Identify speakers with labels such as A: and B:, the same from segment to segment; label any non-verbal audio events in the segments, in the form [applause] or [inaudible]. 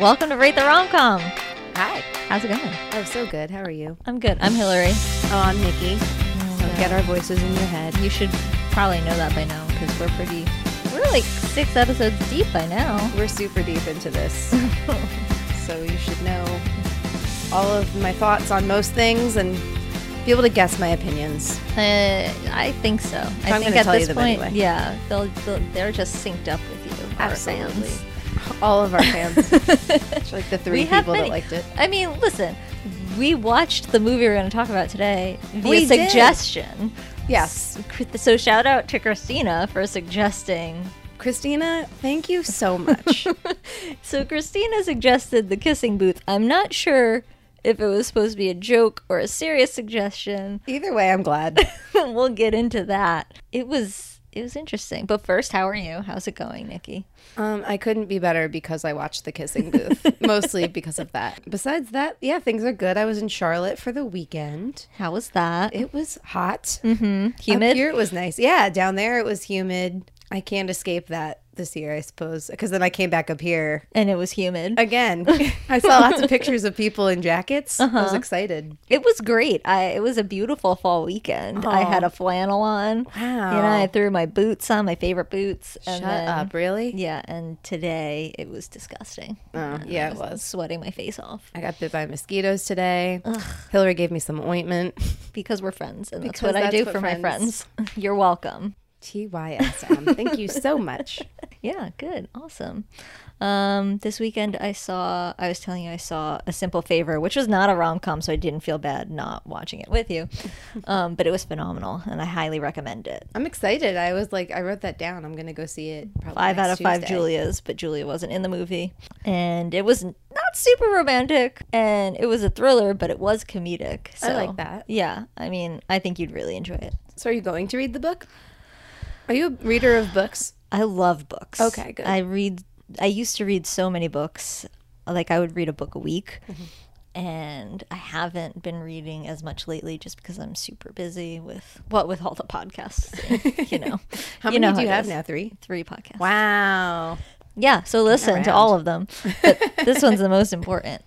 A: Welcome to Rate the Romcom.
B: Hi.
A: How's it going?
B: Oh, so good. How are you?
A: I'm good. I'm Hillary.
B: Oh, I'm Nikki. So get our voices in your head.
A: You should probably know that by now because we're pretty. We're like six episodes deep by
B: [laughs]
A: now.
B: We're super deep into this. so you should know all of my thoughts on most things and be able to guess my opinions.
A: Uh, I think so. I
B: I'm
A: think
B: gonna
A: at
B: tell you
A: this
B: them
A: point,
B: anyway.
A: yeah, they'll, they'll, they're just synced up with you. our fans. [laughs]
B: All of our fans. It's like the three
A: We have
B: people
A: many-
B: that liked it.
A: I mean, listen, we watched the movie we're going to talk about today via
B: We did.
A: suggestion.
B: Yes.
A: S- So shout out to Christina for suggesting
B: Christina, thank you so much.
A: [laughs] So Christina suggested the kissing booth. I'm not sure if it was supposed to be a joke or a serious suggestion. [laughs]
B: Either way, I'm glad.
A: we'll get into that. It was it was interesting. But first, how are you? How's it going, Nikki?
B: Um, I couldn't be better because I watched The Kissing Booth, mostly because of that. Besides that, yeah, things are good. I was in Charlotte for the weekend.
A: How was that?
B: It was hot. Up
A: Humid?
B: here it was nice. Yeah, down there it was humid. I can't escape that this year, I suppose, because then I came back up here
A: And it was humid. [laughs]
B: again. I saw lots of pictures of people in jackets. I
A: Uh-huh.
B: was excited.
A: It was great. I it was a beautiful fall weekend. I had a flannel on. And
B: Wow.
A: I threw my boots on, my favorite boots. And
B: Shut
A: then-
B: up, really?
A: Yeah, and today it was disgusting.
B: Oh, yeah, it
A: I was
B: was.
A: sweating my face off
B: I got bit by mosquitoes today. Hillary gave me some ointment.
A: because we're friends, and that's
B: Because
A: what I
B: that's
A: do
B: what
A: for my
B: friends-
A: friends. [laughs] You're welcome.
B: TYSM. Thank you so much.
A: Yeah, good. Awesome. Um, this weekend I saw, I was telling you, I saw A Simple Favor, which was not a rom com, so I didn't feel bad not watching it with
B: [laughs]
A: you. Um, but it was phenomenal, and I highly recommend it.
B: I'm excited. I was like, I wrote that down. I'm gonna go see it. Probably
A: Five out of
B: next
A: five
B: Tuesday.
A: Julias, but Julia wasn't in the movie. And it was not super romantic, and it was a thriller, but it was comedic. So,
B: I like that.
A: Yeah, I mean, I think you'd really enjoy it.
B: So, are you going to read the book? Are you a reader of books?
A: I love books.
B: Okay, good.
A: I read. I used to read so many books. Like I would read a book a week,
B: Mm-hmm.
A: and I haven't been reading as much lately, just because I'm super busy with what with all the podcasts. and, you know,
B: [laughs] How
A: You
B: many
A: know
B: do you
A: it
B: have
A: is.
B: now? Three.
A: Three podcasts.
B: Wow.
A: Yeah. So listen to
B: Around.
A: all of them, but this one's the
B: [laughs]
A: most important.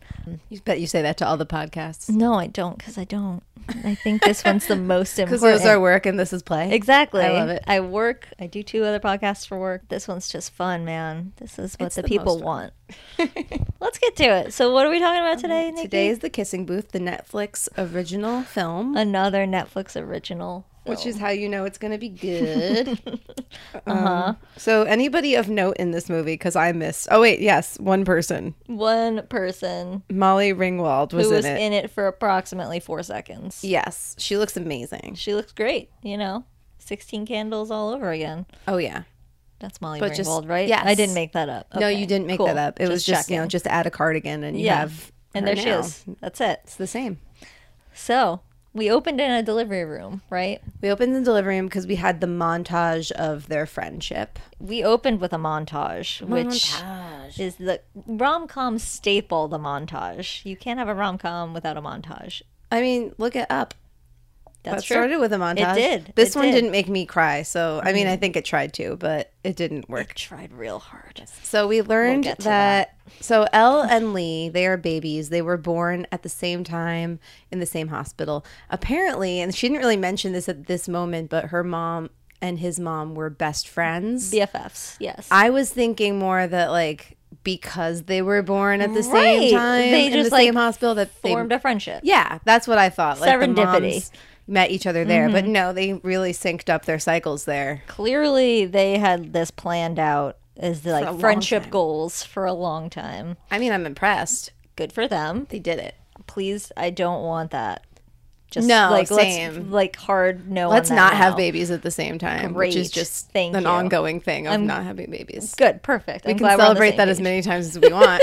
B: You bet you say that to all the podcasts.
A: No, I don't, because I don't. I think this one's the
B: [laughs]
A: most
B: Because
A: important.
B: those are work and this is play.
A: Exactly.
B: I love it.
A: I work. I do two other podcasts for work. This one's just fun, man. This is what
B: It's
A: the,
B: the
A: people
B: most
A: want. [laughs] Let's get to it. So, what are we talking about today? Nikki?
B: Um, Today is The Kissing Booth, the Netflix original film,
A: another Netflix original.
B: which is how you know it's going to be good. [laughs] Um, so, anybody of note in this movie? Because I missed. Oh, wait, yes, one person.
A: One person
B: Molly Ringwald was,
A: who was
B: in it.
A: in it for approximately four seconds.
B: yes, she looks amazing.
A: She looks great. You know, sixteen candles all over again.
B: Oh, yeah.
A: That's Molly
B: But just-
A: Ringwald, right?
B: yes.
A: I didn't make that up.
B: No,
A: Okay,
B: you didn't make
A: cool.
B: that up. It was just, you know,
A: checking.
B: just add a cardigan and you
A: yeah.
B: have.
A: and
B: her
A: there she
B: now.
A: is. That's it.
B: It's the same.
A: So we opened in a delivery room, right?
B: We opened the delivery room because we had the montage of their friendship.
A: we opened with a montage, which is the rom com staple. The montage. You can't have a rom com without a montage.
B: I mean, look it up.
A: That's
B: that
A: true.
B: started with a montage.
A: did.
B: This
A: It
B: one
A: did. Mm.
B: did. not make me cry. So, I mean, I think it tried to, but it didn't work.
A: Tried real hard.
B: So, we learned
A: get to
B: that, So, Elle and Lee, they are babies. They were born at the same time in the same hospital. Apparently, and she didn't really mention this at this moment, but her mom and his mom were best friends.
A: BFFs. Yes.
B: I was thinking more that, like, because they were born at the
A: Right.
B: same time
A: They
B: in
A: just,
B: the
A: like,
B: same hospital, that they
A: formed a friendship.
B: Yeah, that's what I thought. Like the
A: Serendipity. Mm-hmm.
B: moms met each other there, but no, they really synced up their cycles there.
A: Clearly, they had this planned out as the,
B: a
A: like
B: long
A: friendship
B: time.
A: goals for a long time.
B: I mean, I'm impressed.
A: Good for them.
B: They did it.
A: Please, I don't want that. Just
B: No,
A: like
B: same.
A: let's like hard no. on
B: Let's
A: that
B: not
A: now.
B: have babies at the same time, which is
A: Great.
B: just
A: Thank
B: an
A: you.
B: ongoing thing of not having babies.
A: Good, perfect.
B: We can celebrate that as many times as
A: [laughs]
B: we want.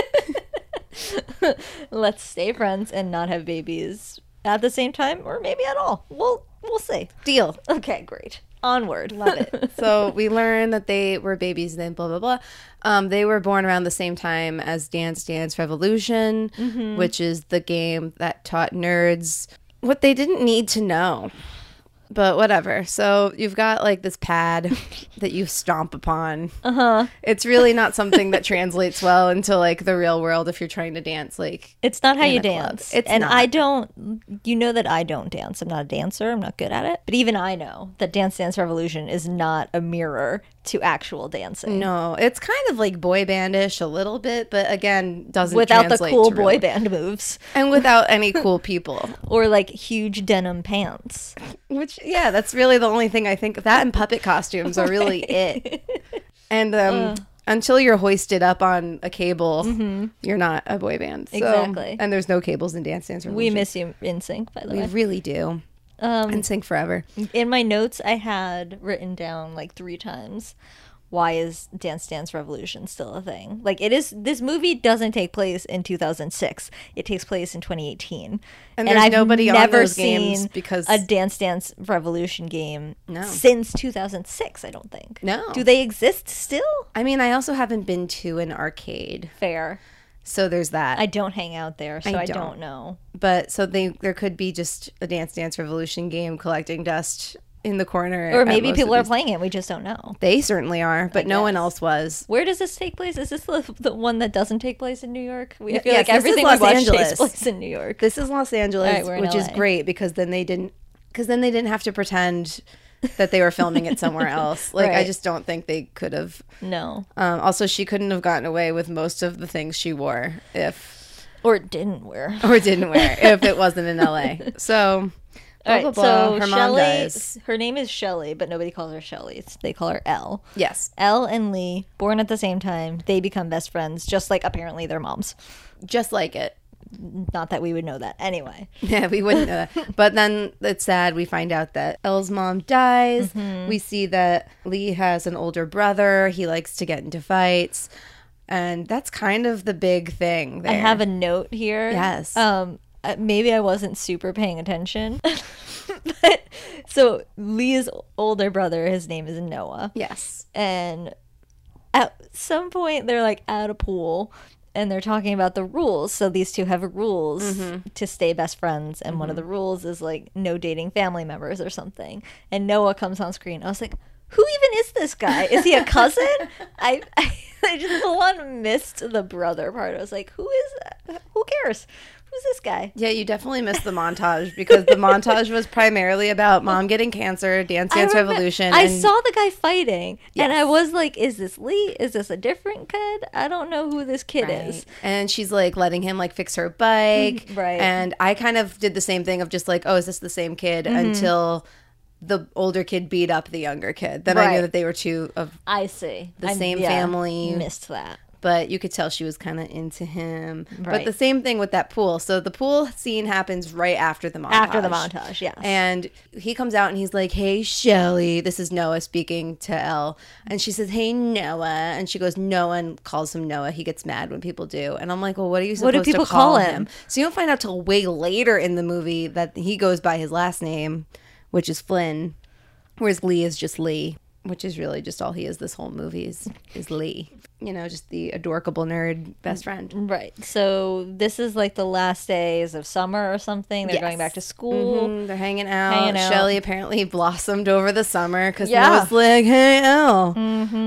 A: Let's stay friends and not have babies at the same time, or maybe at all. We'll we'll see.
B: Deal.
A: Okay, great. Onward.
B: Love it. So we learned that they were babies, then blah, blah, blah. Um, they were born around the same time as Dance Dance Revolution,
A: Mm-hmm.
B: which is the game that taught nerds what they didn't need to know. But whatever. So you've got like
A: [laughs]
B: this pad that you stomp upon.
A: Uh huh.
B: It's really not something that translates well into like the real world if you're trying to dance. Like,
A: [laughs] It's not how
B: In
A: you
B: a club.
A: dance.
B: It's
A: and
B: not.
A: I don't. You know that I don't dance. I'm not a dancer. I'm not good at it. But even I know that Dance Dance Revolution is not a mirror to actual dancing.
B: no, it's kind of like boy bandish a little bit, but again, doesn't
A: Without the
B: translate
A: cool
B: to real-
A: boy band moves
B: and without any
A: [laughs]
B: cool people.
A: or like huge denim
B: [laughs]
A: pants.
B: Which, yeah, that's really the only thing I think. That and puppet costumes are really it. And um,
A: Uh.
B: until you're hoisted up on a cable, you're not a boy band. So-
A: Mm-hmm. Exactly.
B: And there's no cables in Dance Dance
A: We
B: Revolution.
A: miss you in sync, by the
B: We
A: way.
B: really do.
A: Um,
B: and sing forever.
A: in my notes, I had written down like three times. Why is Dance Dance Revolution still a thing? Like it is. This movie doesn't take place in 2006. It takes place in 2018.
B: And there's nobody on those games because-
A: a Dance Dance Revolution game
B: No.
A: since 2006. I don't think.
B: No.
A: Do they exist still?
B: I mean, I also haven't been to an arcade,
A: Fair.
B: so there's that.
A: I don't hang out there, so I,
B: don't.
A: don't know.
B: but so they there could be just a Dance Dance Revolution game collecting dust in the corner,
A: Or
B: at
A: maybe
B: most
A: people
B: of
A: are
B: these-
A: playing it. We just don't know.
B: They certainly are, but no one else was.
A: Where does this take place? Is this the, the one that doesn't take place in New York? We, I feel
B: yes,
A: like
B: this is
A: everything we
B: Los
A: watch
B: Angeles.
A: takes place in New York.
B: This is Los Angeles,
A: All right, we're in
B: which is
A: LA.
B: great because then they didn't because then they didn't have to pretend that they were filming
A: [laughs]
B: it somewhere else. Like I
A: Right.
B: just don't think they could have.
A: No,
B: Um, also, she couldn't have gotten away with most of the things she wore if
A: or it didn't wear.
B: or didn't wear if it wasn't in LA.
A: [laughs]
B: So, blah,
A: All right,
B: blah,
A: so
B: blah. Her mom
A: Shelley,
B: does.
A: her name is Shelley, but nobody calls her Shelley. It's, they call her Elle.
B: Yes,
A: Elle and Lee, born at the same time, they become best friends, just like apparently their moms.
B: just like it.
A: Not that we would know that. Anyway,
B: [laughs] Yeah, we wouldn't know that. But then it's sad. We find out that Elle's mom dies.
A: Mm-hmm.
B: We see that Lee has an older brother. He likes to get into fights. And that's kind of the big thing there.
A: I have a note here.
B: Yes.
A: Um, uh, maybe I wasn't super paying attention. [laughs] but, so Lee's older brother, his name is Noah.
B: yes.
A: and at some point they're like at a pool and they're talking about the rules so these two have rules
B: Mm-hmm.
A: to stay best friends and one of the rules is like no dating family members or something and noah comes on screen i was like who even is this guy is he a
B: [laughs]
A: cousin I, I i just full on missed the brother part i was like who is who cares who's this guy
B: Yeah, you definitely missed the montage because the montage was primarily about mom getting cancer, Dance Dance
A: I remember-
B: Revolution.
A: I
B: and
A: saw the guy fighting, and I was like, "Is this Lee? Is this a different kid? I don't know who this kid is."
B: And she's like letting him like fix her bike.
A: [laughs] Right.
B: And I kind of did the same thing of just like, oh, is this the same kid?
A: Mm-hmm.
B: Until the older kid beat up the younger kid. Then I knew
A: Right.
B: that they were two of,
A: I see. The
B: same family.
A: Missed that.
B: but you could tell she was kind of into him. But
A: Right.
B: the same thing with that pool. So the pool scene happens right after the montage.
A: After the montage, yes.
B: And he comes out and he's like, Hey, Shelly. This is Noah speaking to Elle. And she says, Hey, Noah. And she goes, Noah, and calls him Noah. He gets mad when people do. And I'm like, Well, what are you supposed
A: do
B: to
A: people
B: call,
A: call
B: him?
A: him?
B: So you don't find out till way later in the movie that he goes by his last name, which is Flynn, whereas Lee is just Lee, which is really just all he is this whole movie is, is Lee. You know, just the adorable nerd best friend.
A: right. So this is like the last days of summer or something. They're
B: Yes.
A: going back to school.
B: Mm, They're hanging out.
A: Hanging out.
B: Shelly apparently [laughs] blossomed over the summer because
A: Yeah. Mm-hmm.
B: Noah's like, "Hey, Elle,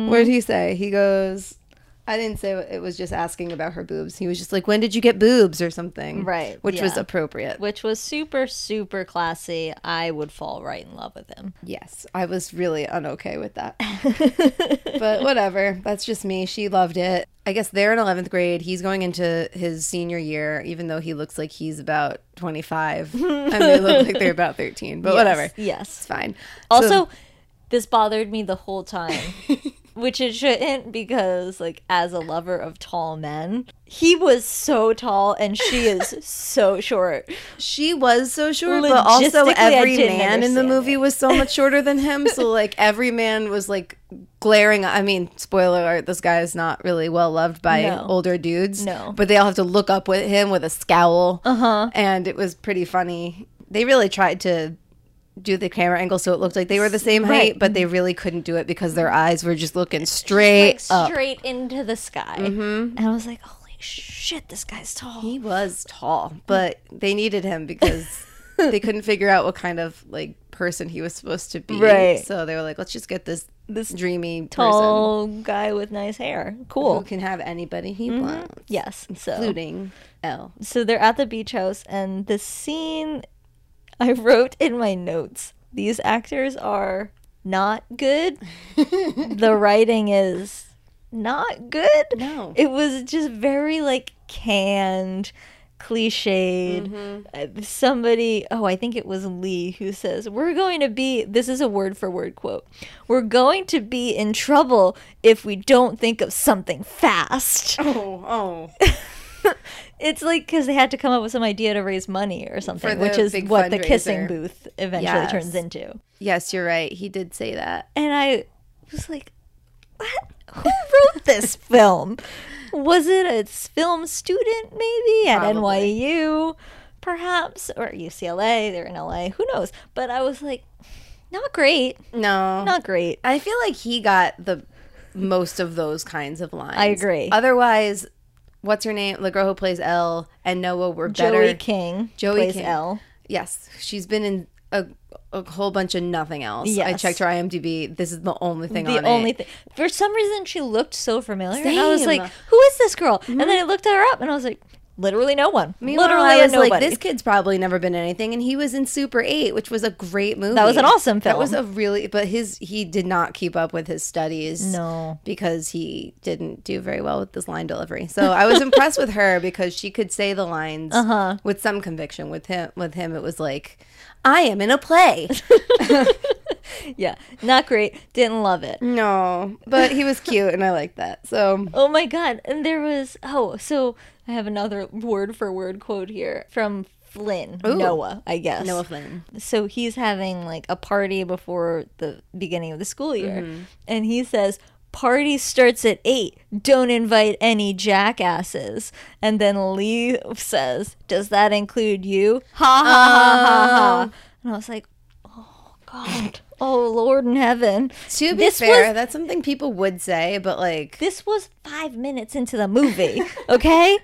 B: what did he say?" He goes, "I didn't say what- it was just asking about her boobs. He was just like, when did you get boobs or something?'
A: Right,
B: which was
A: yeah.
B: appropriate.
A: Which was super, super classy. I would fall right in love with him.
B: Yes, I was really unokay with that, but [laughs] whatever. That's just me. She loved it. I guess they're in eleventh grade. He's going into his senior year, even though he looks like he's about
A: [laughs]
B: twenty five, and they look like they're about thirteen. But whatever,
A: Yes.
B: it's
A: Yes.
B: fine.
A: Also,
B: So-
A: this bothered me the whole time, which it shouldn't because, like, as a lover of tall men, he was so tall and she is so short.
B: She was so short, but also
A: Logistically, I
B: every
A: didn't
B: man in the
A: understand
B: movie
A: it.
B: was so much shorter than
A: [laughs]
B: him. So like every man was like glaring. I mean, spoiler alert: this guy is not really well loved by
A: No.
B: older dudes.
A: No.
B: but they all have to look up with him with a scowl,
A: Uh-huh.
B: and it was pretty funny. They really tried to do the camera angle so it looked like they were the same height,
A: Right.
B: but they really couldn't do it because their eyes were just looking straight
A: Like,
B: up. Mm-hmm.
A: straight into the sky. And I was like, holy shit, this guy's tall. [laughs]
B: He was tall, but they needed him because they couldn't figure out what kind of like person he was supposed to be.
A: Right.
B: So they were like, let's just get this this dreamy person Mm-hmm.
A: Tall guy with nice hair.
B: who
A: Cool.
B: can have anybody he
A: Mm-hmm.
B: wants,
A: Yes. So,
B: including L.
A: so they're at the beach house, and the scene I wrote in my notes these actors are not good. the writing is not good.
B: No.
A: It was just very like canned, cliched. Uh, Somebody, oh, I think it was Lee who says, We're going to be, this is a word for word quote, we're going to be in trouble if we don't think of something fast.
B: Oh, oh.
A: It's like because they had to come up with some idea to raise money or something,
B: the
A: which is
B: big
A: what the kissing
B: fundraiser.
A: booth eventually
B: Yes.
A: turns into.
B: [laughs] Yes, you're right. He did say that.
A: and I was like, "What? Who wrote
B: [laughs]
A: this film? Was it a s- film student maybe at
B: Probably.
A: NYU, perhaps, or UCLA? They're in LA. Who knows?" But I was like, "Not great.
B: No.
A: Not great."
B: I feel like he got the most of those kinds of lines.
A: I agree.
B: Otherwise, what's her name? The girl who plays L and Noah were better.
A: Joey King
B: Joey
A: plays
B: King.
A: L.
B: Yes, she's been in a, a whole bunch of nothing else. I
A: Yes.
B: checked her IMDb. This is the only thing
A: The
B: on
A: only
B: it.
A: thing, for some reason, she looked so familiar. And I was
B: Same. Mm-hmm.
A: like, "Who is this girl?" And then I looked her up, and I was like, "Literally no one.
B: Meanwhile,
A: Literally
B: I was
A: nobody."
B: like, this kid's probably never been in anything, and he was in Super Eight, which was a great movie.
A: was an awesome
B: That was a
A: film.
B: really, but his he did not keep up with his studies.
A: [laughs]
B: [laughs]
A: no.
B: because he didn't do very well with this line delivery. So I was impressed with her because she could say the lines
A: Uh-huh.
B: with some conviction. With him, with him, it was like, "I am in a
A: [laughs]
B: play."
A: Yeah, not great. Didn't love
B: Mm.
A: it.
B: no, but he was cute, and I like that. So
A: Oh my god. And there was oh, so I have another word for word quote here from Flynn, Noah, I guess.
B: Noah Flynn.
A: So he's having like a party before the beginning of the school year. And he says, Party starts at eight. Don't invite any jackasses. And then Lee says, Does that include you? Ha ha ha ha ha. And I was like, Oh God. Oh Lord in heaven.
B: To be
A: This
B: fair,
A: was-
B: that's something people would say, but like,
A: This was five minutes into the movie, [laughs] okay?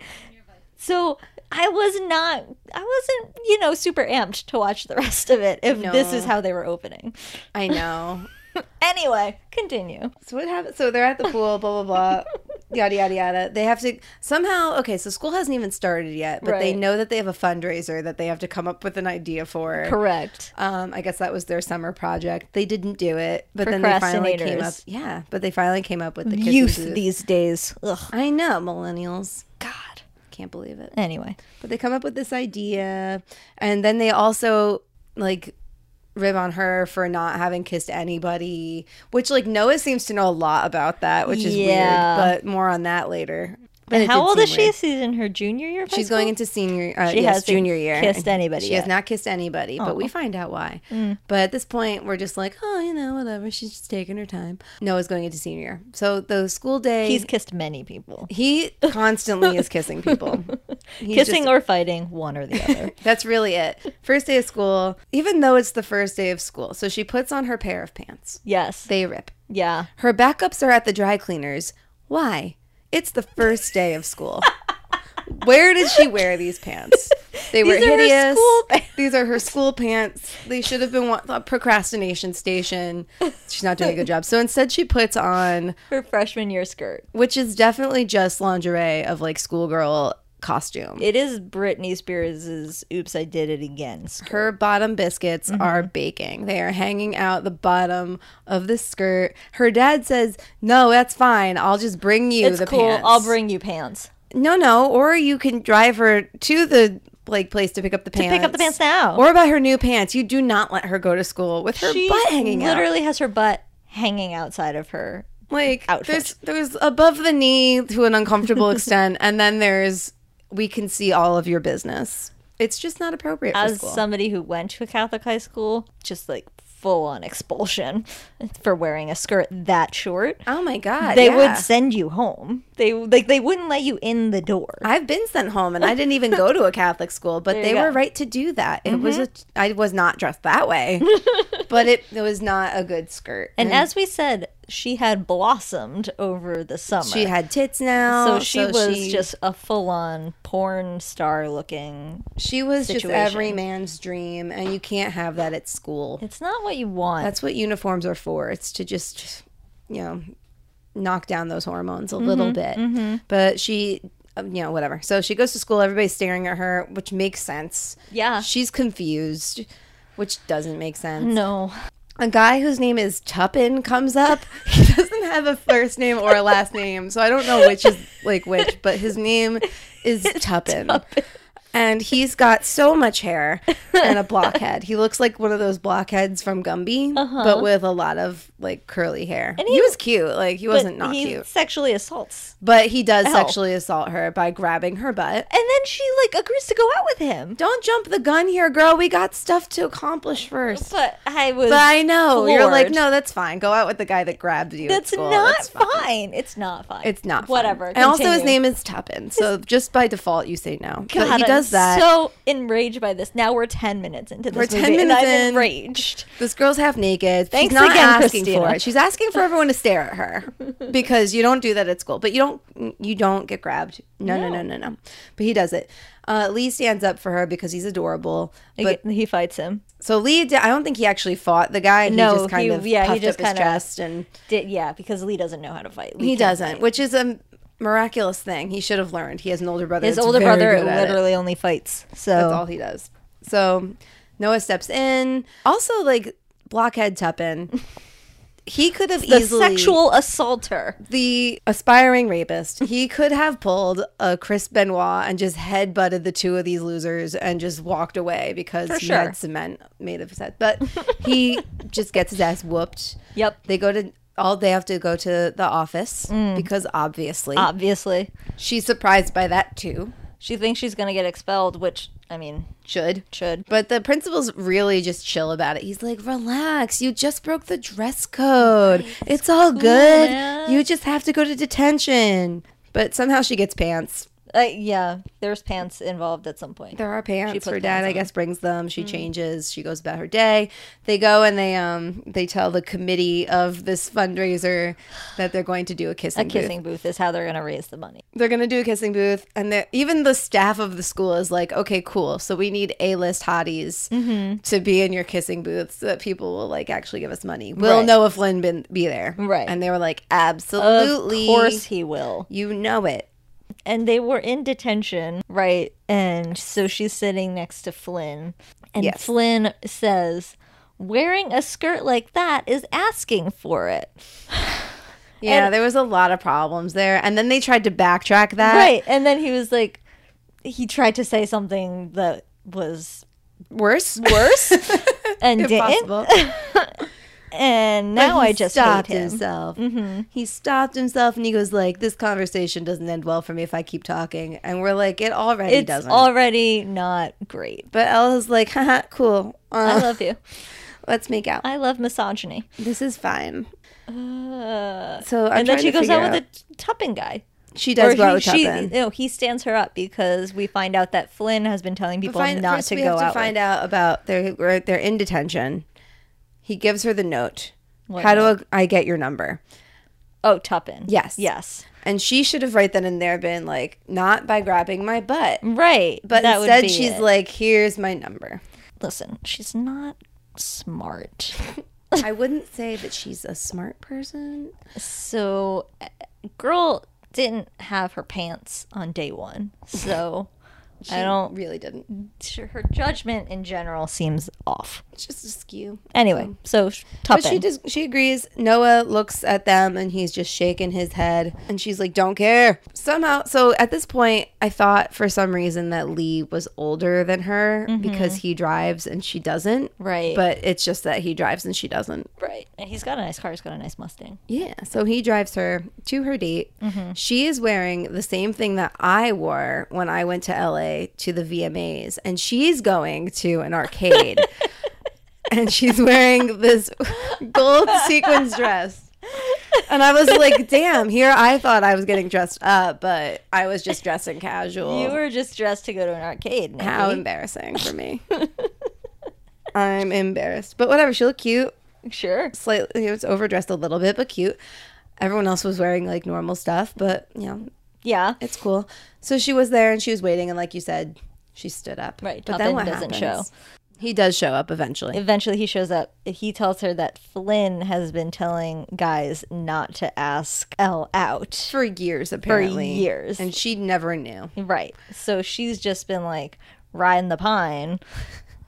A: so I was not, I wasn't, you know, super amped to watch the rest of it if this is
B: No.
A: how they were opening.
B: I know.
A: Anyway, continue.
B: [laughs] So what happens? So they're at the pool, blah blah [laughs] blah, yada yada yada. They have to somehow. Okay, so school hasn't even started yet, but they
A: Right.
B: know that they have a fundraiser that they have to come up with an idea for.
A: Correct.
B: Um, I guess that was their summer project. They didn't do it, but then they finally came up.
A: Procrastinators.
B: Yeah, but they finally came up with the kissing
A: Youth
B: booth.
A: these days. Ugh,
B: I know millennials
A: God.
B: can't believe it,
A: Anyway,
B: but they come up with this idea, and then they also like rib on her for not having kissed anybody, which like Noah seems to know a lot about that, which is
A: Yeah.
B: weird. But more on that later. But it
A: and how
B: did
A: old
B: seem
A: is she?
B: weird.
A: She's in her junior year. of high
B: She's
A: school?
B: going into senior. Uh,
A: She
B: yes,
A: hasn't
B: junior year.
A: kissed anybody
B: She
A: yet. Oh. Mm.
B: has not kissed anybody, but we find out why. But at this point, we're just like, oh, you know, whatever. She's just taking her time. Noah's going into senior year, so the school day.
A: He's kissed many people.
B: he constantly is kissing
A: [laughs]
B: people. He's just-
A: Kissing or fighting, one or [laughs] the other.
B: [laughs] that's really it. First day of school, even though it's the first day of school, so she puts on her pair of pants.
A: yes.
B: They rip.
A: yeah.
B: Her backups are at the dry cleaners. Why? It's the first day of
A: [laughs]
B: school. Where did she wear these pants? They were
A: These are her
B: hideous. [laughs]
A: school pants.
B: these are her school pants. They should have been wa- a procrastination station. She's not doing a good job. So instead, she puts on,
A: Her freshman year skirt.
B: which is definitely just lingerie of like schoolgirl costume.
A: It is Britney Spears' Oops, I Did It Again skirt.
B: Her bottom biscuits
A: Mm-hmm.
B: are baking. They are hanging out the bottom of the skirt. Her dad says, "No, that's fine. I'll just bring you
A: It's
B: the
A: cool.
B: pants.
A: I'll bring you pants.
B: No, no. Or you can drive her to the like place to pick up the pants.
A: Pick up the pants now.
B: Or buy her new pants. You do not let her go to school with her
A: she
B: butt hanging out.
A: literally has her butt hanging outside of her.
B: Like
A: outfit.
B: there's there's above the knee to an
A: [laughs]
B: uncomfortable extent, and then there's we can see all of your business. It's just not appropriate for
A: As
B: school.
A: somebody who went to a Catholic high school, just like full on expulsion [laughs] for wearing a skirt that short.
B: oh my god,
A: They
B: yeah.
A: would send you home. They like they wouldn't let you in the door.
B: I've been sent home, and I didn't even go to a Catholic school, but they
A: you go. Mm-hmm.
B: were right to do that. It was a
A: [laughs]
B: I was not dressed that way, but it, it was not a good skirt.
A: And as we said, she had blossomed over the summer.
B: She had tits now.
A: so she was
B: she-
A: just a full-on porn star looking.
B: She was
A: situation.
B: just every man's dream, and you can't have that at school.
A: It's not what you want.
B: That's what uniforms are for. It's to just, you know, knock down those hormones a
A: Mm-hmm,
B: little bit. But she, um, you know, whatever. So she goes to school. Everybody's staring at her, which makes sense.
A: yeah.
B: She's confused, which doesn't make sense.
A: no.
B: A guy whose name is Tuppin comes up. [laughs] He doesn't have a first name or a last name, so I don't know which is like which, but his name [laughs] is Tuppin. And he's got so much hair and a blockhead. He looks like one of those blockheads from Gumby, but with a lot of like curly hair. Uh-huh. And he, was cute. Like he wasn't not
A: he
B: cute.
A: sexually assaults.
B: But he does
A: Hell.
B: sexually assault her by grabbing her butt.
A: And then she like agrees to go out with him.
B: Don't jump the gun here, girl. We got stuff to accomplish first.
A: But I was
B: But I know you're like,
A: floored.
B: no, that's fine. Go out with the guy that grabbed you. at
A: That's
B: school.
A: not
B: That's
A: fine. It's not fine.
B: It's not fun.
A: Whatever.
B: And also, his
A: Continue.
B: name is Tuppin. So just by default, you say no.
A: God,
B: but he does
A: I'm
B: that.
A: So enraged by this. Now we're ten minutes into this
B: We're 10
A: movie, and
B: minutes
A: I'm
B: in.
A: enraged.
B: this girl's half naked.
A: Thanks
B: She's not
A: again,
B: asking for
A: Christina.
B: it. She's asking for everyone to stare
A: [laughs]
B: at her because you don't do that at school. But you don't. You don't get grabbed. No, no, no, no, no. But he does it. Uh, Lee stands up for her because he's adorable. But
A: he fights him.
B: so Lee, di- I don't think he actually fought the guy. He
A: No,
B: just kind
A: he-
B: of
A: yeah, he
B: puffed
A: just
B: up his
A: kinda-
B: chest and
A: Did, yeah, because Lee doesn't know how to fight. Lee
B: he
A: can't
B: doesn't,
A: fight.
B: which is a miraculous thing. He should have learned. He has an older brother.
A: His
B: that's
A: older
B: very
A: brother
B: good at it.
A: literally only fights.
B: That's
A: So
B: all he does. So Noah steps in. Also, like blockhead
A: [laughs]
B: Tuppin, he could have
A: the
B: easily
A: sexual assaulter.
B: the aspiring rapist. He could have pulled a Chris Benoit and just headbutted the two of these losers and just walked away because he
A: sure.
B: had cement made of his head. But
A: [laughs]
B: he just gets his ass whooped.
A: Yep. Mm.
B: They go to all they have to go to the office because obviously
A: Obviously,
B: she's surprised by that too.
A: she thinks she's gonna get expelled, which I mean
B: Should
A: should.
B: But the principal's really just chill about it. He's like, "Relax, you just broke the dress code. It's all good.
A: man."
B: You just have to go to detention." But somehow she gets pants.
A: Uh, yeah, there's pants involved at some point.
B: There are pants.
A: put
B: Her dad,
A: pants
B: I
A: on. Mm.
B: guess, brings them. She changes. She goes about her day. They go and they um they tell the committee of this fundraiser that they're going to do a kissing.
A: A
B: booth.
A: kissing booth is how they're gonna raise the money.
B: They're gonna do a kissing booth, and they're- even the staff of the school is like, "Okay, cool. So we need A-list hotties
A: Mm-hmm.
B: to be in your kissing booth, so that people will like actually give us money. Will
A: Right.
B: Noah Flynn been, be there?
A: Right.
B: And they were like,
A: Of
B: "Absolutely,
A: course he will.
B: you know it."
A: and they were in detention, right? And so she's sitting next to Flynn, and
B: Yes.
A: Flynn says, "Wearing a skirt like that is asking for it."
B: Yeah, there was a lot of problems there, and then they tried to backtrack that.
A: right. And then he was like he tried to say something that was [laughs]
B: Worse.
A: worse and
B: If
A: didn't.
B: possible.
A: And [laughs] now
B: But he
A: I just hate
B: stopped
A: him. Mm-hmm.
B: himself. He stopped himself, and he goes like, "This conversation doesn't end well for me if I keep talking." And we're like, "It already
A: It's
B: doesn't."
A: already not great.
B: But Ella's like, haha, cool.
A: I
B: Uh,
A: love you.
B: let's make out.
A: I love misogyny.
B: [laughs] This is fine.
A: Uh,
B: So I'm
A: and then she goes out, with
B: it.
A: a Tuppin guy.
B: She does go out with
A: he,
B: Tuppin.
A: She, no, he stands her up because we find out that Flynn has been telling people
B: Find-
A: not
B: first
A: to
B: we
A: go
B: have to
A: out.
B: find
A: with.
B: out about they're we're- they're in detention. He gives her the note.
A: What
B: How do I I get your number?
A: Oh, Tuppin.
B: Yes.
A: Yes.
B: And she should have right then and there been like, not by grabbing my butt,
A: Right.
B: but
A: that would
B: instead
A: be
B: she's
A: it.
B: like, here's my number.
A: listen, she's not smart.
B: I wouldn't say that she's a smart person.
A: so, uh, girl didn't have her pants on day one. So, [laughs] I don't.
B: Really didn't.
A: Her judgment in general seems off.
B: It's just askew.
A: Anyway, so
B: But
A: Tuppin.
B: she does. She agrees. Noah looks at them, and he's just shaking his head. And she's like, "Don't care." Somehow, so at this point, I thought for some reason that Lee was older than her because he drives and she doesn't.
A: Right.
B: But it's just that he drives and she doesn't.
A: right. And he's got a nice car. He's got a nice Mustang.
B: Yeah. So he drives her to her date.
A: Mm-hmm.
B: She is wearing the same thing that I wore when I went to LA to the VMAs, and she's going to
A: [laughs]
B: an arcade. and she's wearing this gold sequins dress. And I was like, damn, here I thought I was getting dressed up, but I was just dressing casual.
A: You were just dressed to go to an arcade. Nikki.
B: How embarrassing for me. I'm embarrassed. But whatever, she looked cute.
A: Sure.
B: Slightly, it was overdressed a little bit, but cute. Everyone else was wearing like normal stuff, but you know,
A: Yeah.
B: it's cool. So she was there and she was waiting, and like you said, she stood up.
A: Right,
B: But
A: Top
B: then
A: End
B: what
A: doesn't
B: happens? He does show up eventually.
A: Eventually, he shows up. He tells her that Flynn has been telling guys not to ask Elle out.
B: For years, apparently.
A: years.
B: And she never knew.
A: Right. So she's just been like riding the pine.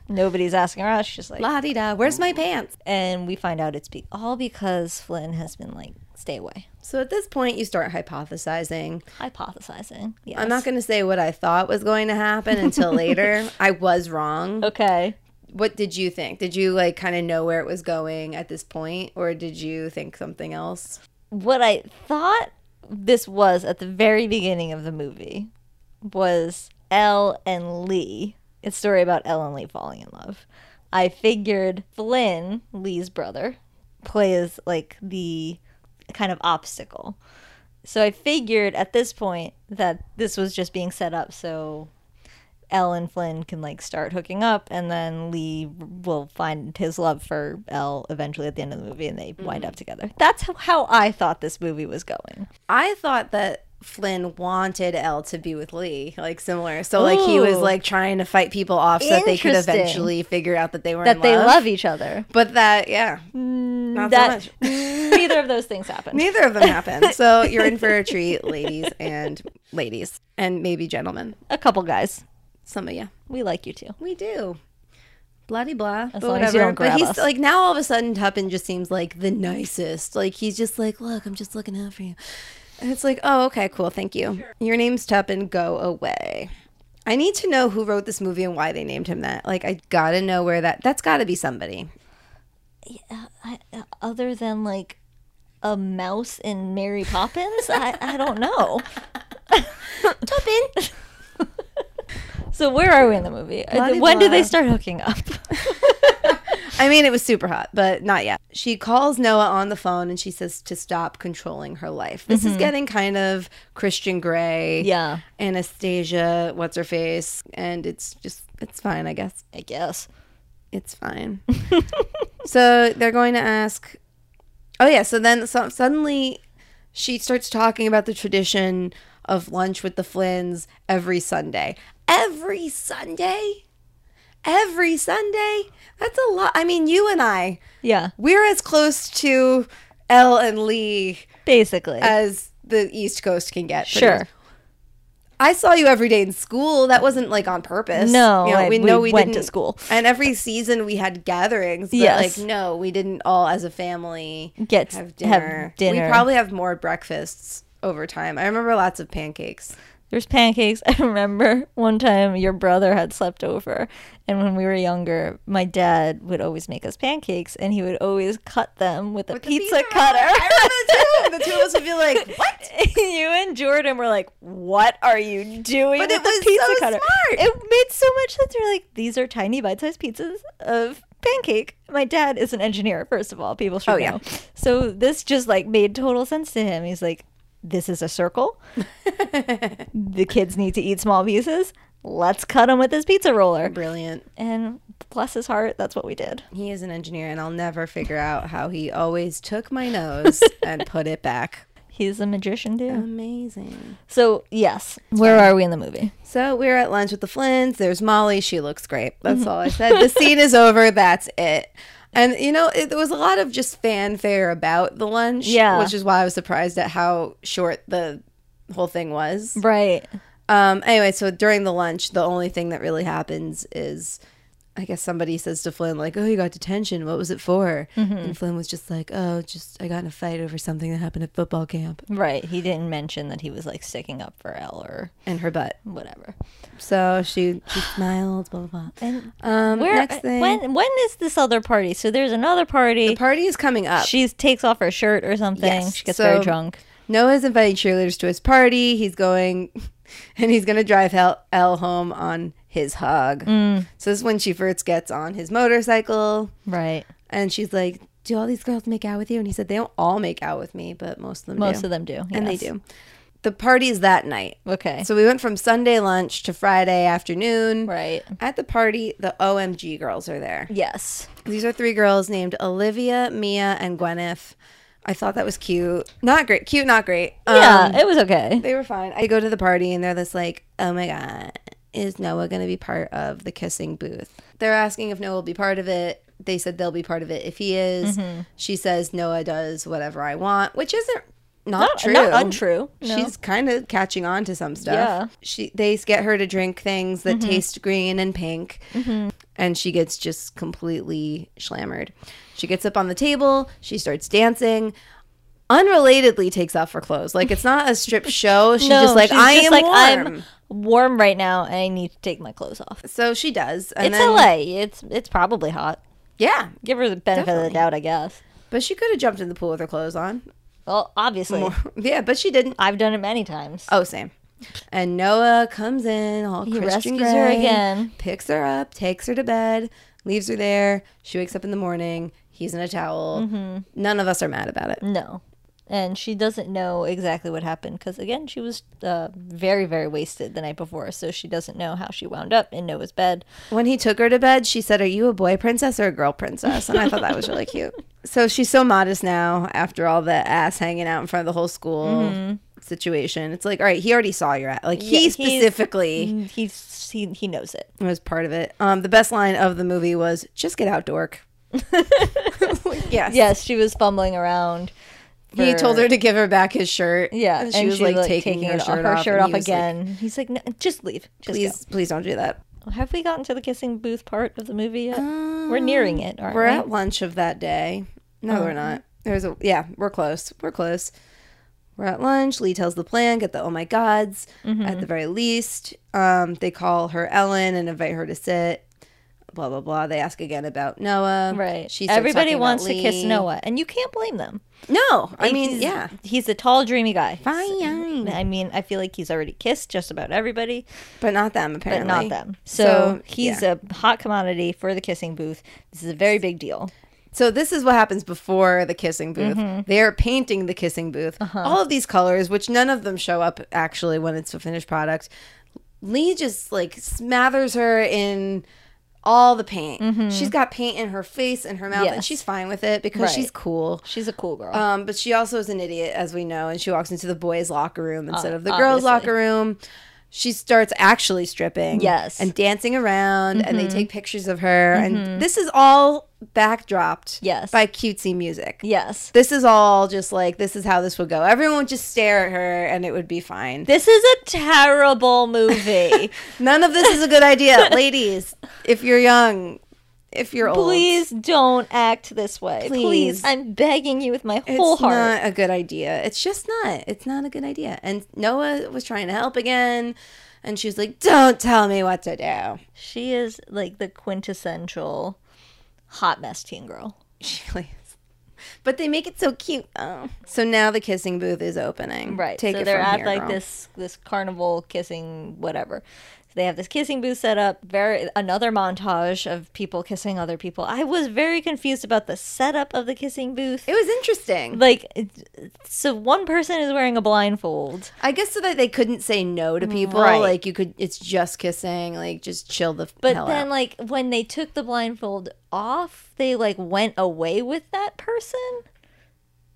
A: Nobody's asking her out. She's just like,
B: La di da, where's my pants?
A: and we find out it's be- all because Flynn has been like, stay away.
B: So at this point, you start hypothesizing.
A: Hypothesizing. Yes.
B: I'm not going to say what I thought was going to
A: [laughs]
B: happen until later. I was wrong.
A: Okay.
B: What did you think? Did you like kind of know where it was going at this point, or did you think something else?
A: what I thought this was at the very beginning of the movie was Elle and Lee. It's a story about Elle and Lee falling in love. I figured Flynn, Lee's brother, plays like the kind of obstacle. So I figured at this point that this was just being set up so Elle and Flynn can like start hooking up and then Lee will find his love for Elle eventually at the end of the movie and they wind
B: Mm-hmm.
A: up together. That's how, how I thought this movie was going.
B: I thought that Flynn wanted Elle to be with Lee, like similar. So like he was
A: Ooh.
B: like trying to fight people off so that they could
A: Interesting.
B: eventually figure out that they were
A: That
B: in
A: they
B: love.
A: love each other. Mm,
B: But that yeah, not
A: that
B: so
A: [laughs]
B: much.
A: neither of those things happened.
B: Neither of them happened. So you're in for a treat, ladies and ladies, and maybe gentlemen.
A: A couple guys.
B: Some of you.
A: We like you too.
B: We do. Bloody blah. but
A: long
B: whatever.
A: as you don't grab
B: but he's
A: us.
B: like now all of a sudden Tuppen just seems like the nicest. Like he's just like, look, I'm just looking out for you. And it's like, oh, okay, cool, thank you. Your name's Tuppen. Go away. I need to know who wrote this movie and why they named him that. Like, I gotta know where that. That's gotta be somebody.
A: I, other than like a mouse in Mary Poppins, I, I don't know.
B: [laughs]
A: Tuppin. [laughs] so where are we in the movie?
B: Bloody
A: when do they
B: blah.
A: start hooking
B: [laughs]
A: up? [laughs]
B: I mean, it was super hot, but not yet. She calls Noah on the phone and she says to stop controlling her life. This
A: Mm-hmm.
B: is getting kind of Christian Grey.
A: yeah,
B: Anastasia, what's her face, and it's just it's fine, I guess.
A: I guess.
B: It's fine. so they're going to ask. Oh yeah, so then so, suddenly she starts talking about the tradition of lunch with the Flynns every Sunday. Every Sunday? Every Sunday? That's a lot. I mean, you and I,
A: Yeah,
B: we're as close to Elle and Lee
A: basically.
B: as the East Coast can get. pretty much.
A: sure.
B: I saw you every day in school. That wasn't like on purpose.
A: No,
B: You know,
A: I-
B: we
A: we
B: know we
A: went to
B: didn't.
A: school.
B: and every season we had gatherings. But
A: Yes.
B: like no, we didn't all as a family
A: Get
B: have
A: have
B: dinner.
A: dinner.
B: We probably have more breakfasts over time. I remember lots of pancakes.
A: There's pancakes. [laughs] I remember one time your brother had slept over, and when we were younger, my dad would always make us pancakes, and he would always cut them with a pizza, cutter. [laughs]
B: I remember the two. The two of us would be like, "What?"
A: you and Jordan were like, "What are you doing
B: But
A: with
B: it
A: the
B: was
A: pizza
B: so
A: cutter?"
B: smart.
A: It made so much sense. You're like, "These are tiny bite-sized pizzas of pancake." My dad is an engineer, first of all. People should
B: Oh, yeah.
A: know. So this just like made total sense to him. He's like, "This is a
B: [laughs]
A: circle. the kids need to eat small pieces. Let's cut them with this pizza roller."
B: Brilliant.
A: And bless his heart, that's what we did.
B: He is an engineer, and I'll never figure out how he always took
A: [laughs]
B: my nose and put it back.
A: He's a magician too.
B: Amazing.
A: So yes, where are we in the movie?
B: So we're at lunch with the Flynn's. There's Molly. She looks great.
A: Mm-hmm.
B: That's all I said. The scene is over. That's it. And you know, it, there was a lot of just fanfare about the lunch.
A: Yeah.
B: which is why I was surprised at how short the whole thing was.
A: Right.
B: Um. Anyway, so during the lunch, the only thing that really happens is. I guess somebody says to Flynn, like, oh, you got detention. What was it for?
A: Mm-hmm.
B: And Flynn was just like, oh, just I got in a fight over something that happened at football camp
A: Right. He didn't mention that he was like sticking up for Elle or
B: and her butt.
A: whatever.
B: So she, she smiled, blah, blah, blah.
A: And
B: Um,
A: where uh,
B: next thing.
A: when when is this other party? So there's another
B: The
A: party.
B: party is coming up.
A: She takes off her shirt or something.
B: Yes.
A: She gets
B: So-
A: very drunk.
B: Noah's inviting cheerleaders to his party. He's going, [laughs] and he's going to drive Hel- Elle home on his hug. So this is when she first gets on his motorcycle,
A: Right.
B: and she's like, "Do all these girls make out with you?" And he said, "They don't all make out with me, but most of them
A: Most
B: do."
A: of them do.
B: and they
A: yes.
B: do. the party's that night.
A: Okay.
B: So we went from Sunday lunch to Friday afternoon.
A: right.
B: At the party, the OMG girls are there.
A: Yes.
B: These are three girls named Olivia, Mia, and Gwyneth. I thought that was cute. Not great. Cute, not great.
A: Yeah,
B: Um,
A: it was okay.
B: they were fine. I go to the party and they're this like, oh my God, is Noah going to be part of the kissing booth? They're asking if Noah will be part of it. They said they'll be part of it if he is.
A: Mm-hmm.
B: She says Noah does whatever I want, which isn't not,
A: Not,
B: true.
A: not untrue. No.
B: She's kind of catching on to some stuff.
A: Yeah. Mm-hmm.
B: She they get her to drink things that taste green and pink. And she gets just completely slammered. She gets up on the table, she starts dancing. Unrelatedly takes off her clothes. Like it's not
A: [laughs]
B: a strip show. She's
A: No,
B: just like,
A: she's
B: I
A: just
B: am
A: like,
B: warm.
A: I'm warm right now and I need to take my clothes off.
B: So she does. And
A: it's
B: then,
A: LA. It's it's probably hot.
B: Yeah.
A: Give her the benefit of the
B: Definitely.
A: doubt, I guess.
B: But she could have jumped in the pool with her clothes on.
A: Well, obviously.
B: [laughs] yeah, but she didn't.
A: I've done it many times.
B: Oh, same. And Noah comes in all
A: He
B: Christian
A: rescues her
B: Grey,
A: again.
B: picks her up, takes her to bed, leaves her there. She wakes up in the morning. He's in a towel.
A: Mm-hmm.
B: None of us are mad about it.
A: No. And she doesn't know exactly what happened because, again, she was uh, very, very wasted the night before. So she doesn't know how she wound up in Noah's bed.
B: When he took her to bed, she said, "Are you a boy princess or a girl princess?" And I thought that
A: [laughs]
B: was really cute. So she's so modest now after all the ass hanging out in front of the whole school situation. It's like, all right, he already saw your ass. Like
A: Mm-hmm. Yeah,
B: he
A: he's-
B: specifically
A: He's, he, he knows it.
B: was part of it. Um, the best line of the movie was, "Just get out, [laughs] dork." yes.
A: Yes, she was fumbling around.
B: He
A: for-
B: told her to give her back his shirt.
A: Yeah,
B: and she was like, taking, her,
A: it-
B: shirt off,
A: shirt
B: and
A: off
B: he was like,
A: again. He's like, no, just leave. Just
B: please, please don't do that.
A: go. Have we gotten to the kissing booth part of the movie yet? we're nearing it, aren't
B: Um, We're
A: we?
B: at lunch of that day. No,
A: Oh.
B: we're not. There was a yeah. We're close. We're close. We're at lunch. Lee tells the plan. Get the oh my gods at
A: Mm-hmm.
B: the very least. Um, they call her Ellen and invite her to sit. Blah blah blah. They ask again about Noah.
A: Right.
B: She starts
A: Everybody
B: talking about
A: wants to kiss
B: Lee.
A: Noah, and you can't blame them.
B: No, I mean
A: He's-
B: yeah.
A: He's a tall, dreamy guy.
B: Fine.
A: I mean, I feel like he's already kissed just about everybody,
B: But not them
A: but
B: apparently.
A: not them. So,
B: So,
A: he's a hot commodity for the kissing booth. This is a very big deal.
B: So this is what happens before the kissing booth.
A: Mm-hmm.
B: They are painting the kissing booth.
A: Uh-huh.
B: All of these colors, which none of them show up actually when it's a finished product. Lee just like smathers her in all the paint. She's got paint in her face and her mouth, and
A: Mm-hmm. Yes.
B: she's fine with it because
A: Right.
B: she's cool.
A: She's a cool girl.
B: Um, but she also is an idiot, as we know, and she walks into the boys' locker room instead of the girls'
A: Uh, obviously.
B: locker room. She starts actually stripping,
A: Yes. Mm-hmm.
B: and dancing around, and they take pictures of her, and this is all backdropped,
A: Yes.
B: by cutesy music.
A: yes.
B: This is all just like this is how this would go. Everyone would just stare at her, and it would be fine.
A: This is a terrible movie. [laughs]
B: None of this is a good idea, ladies. If you're young, if you're old,
A: Please don't act this way. Please.
B: Please.
A: I'm begging you with my
B: It's
A: whole heart.
B: not a good idea. It's just not. It's not a good idea. And Noah was trying to help again, and she was like, "Don't tell me what to do." [laughs]
A: She is like the quintessential hot mess teen girl.
B: She really is. But they make it so cute. Oh. So now the kissing booth is opening.
A: Right.
B: Take
A: so
B: it
A: they're
B: from
A: at
B: here,
A: like
B: girl.
A: this this carnival kissing whatever. So they have this kissing booth set up. Very another montage of people kissing other people. I was very confused about the setup of the kissing booth.
B: It was interesting.
A: like it- so one person is wearing a blindfold.
B: I guess so that they couldn't say no to people.
A: Right.
B: Like you could. It's just kissing. Like just chill the
A: But
B: hell
A: then
B: out.
A: like when they took the blindfold off, they like went away with that person.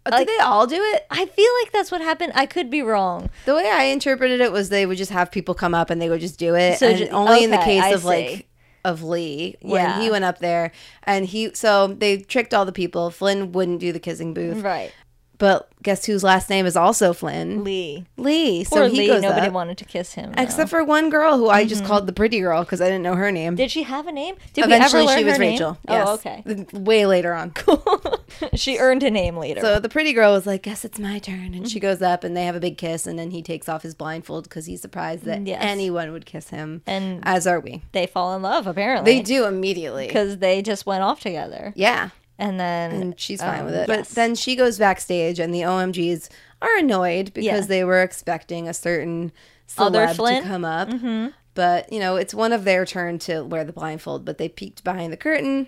A: like-
B: Did they all do it?
A: I feel like that's what happened. I could be wrong.
B: The way I interpreted it was they would just have people come up and they would just do it.
A: So
B: and
A: ju-
B: only in the
A: okay,
B: case
A: I
B: of
A: see.
B: like of Lee when
A: Yeah.
B: he went up there and he so they tricked all the people. Flynn wouldn't do the kissing booth,
A: Right.
B: but guess whose last name is also Flynn?
A: Lee.
B: Lee.
A: Poor
B: so he
A: Lee,
B: goes
A: nobody
B: up.
A: wanted to kiss him. no.
B: Except for one girl who I just called the pretty girl because I didn't know her name.
A: Did she have a name? Did
B: Eventually,
A: we ever learn
B: she was
A: her name?
B: Rachel.
A: Oh,
B: Yes.
A: okay.
B: Th- Way later on.
A: [laughs] she earned a name later.
B: So the pretty girl was like, "Guess it's my turn," and
A: Mm-hmm.
B: she goes up, and they have a big kiss, and then he takes off his blindfold because he's surprised that
A: Mm, Yes.
B: anyone would kiss him,
A: And-
B: as are we.
A: they fall in love
B: They
A: apparently
B: do immediately.
A: because they just went off together.
B: Yeah.
A: And then
B: And she's fine
A: um,
B: with it.
A: yes.
B: But then she goes backstage, and the OMGs are annoyed because
A: Yeah.
B: they were expecting a certain
A: Other
B: celeb
A: Flynn?
B: to come up. But, you know, it's one of their turn to wear the blindfold, but they peeked behind the curtain.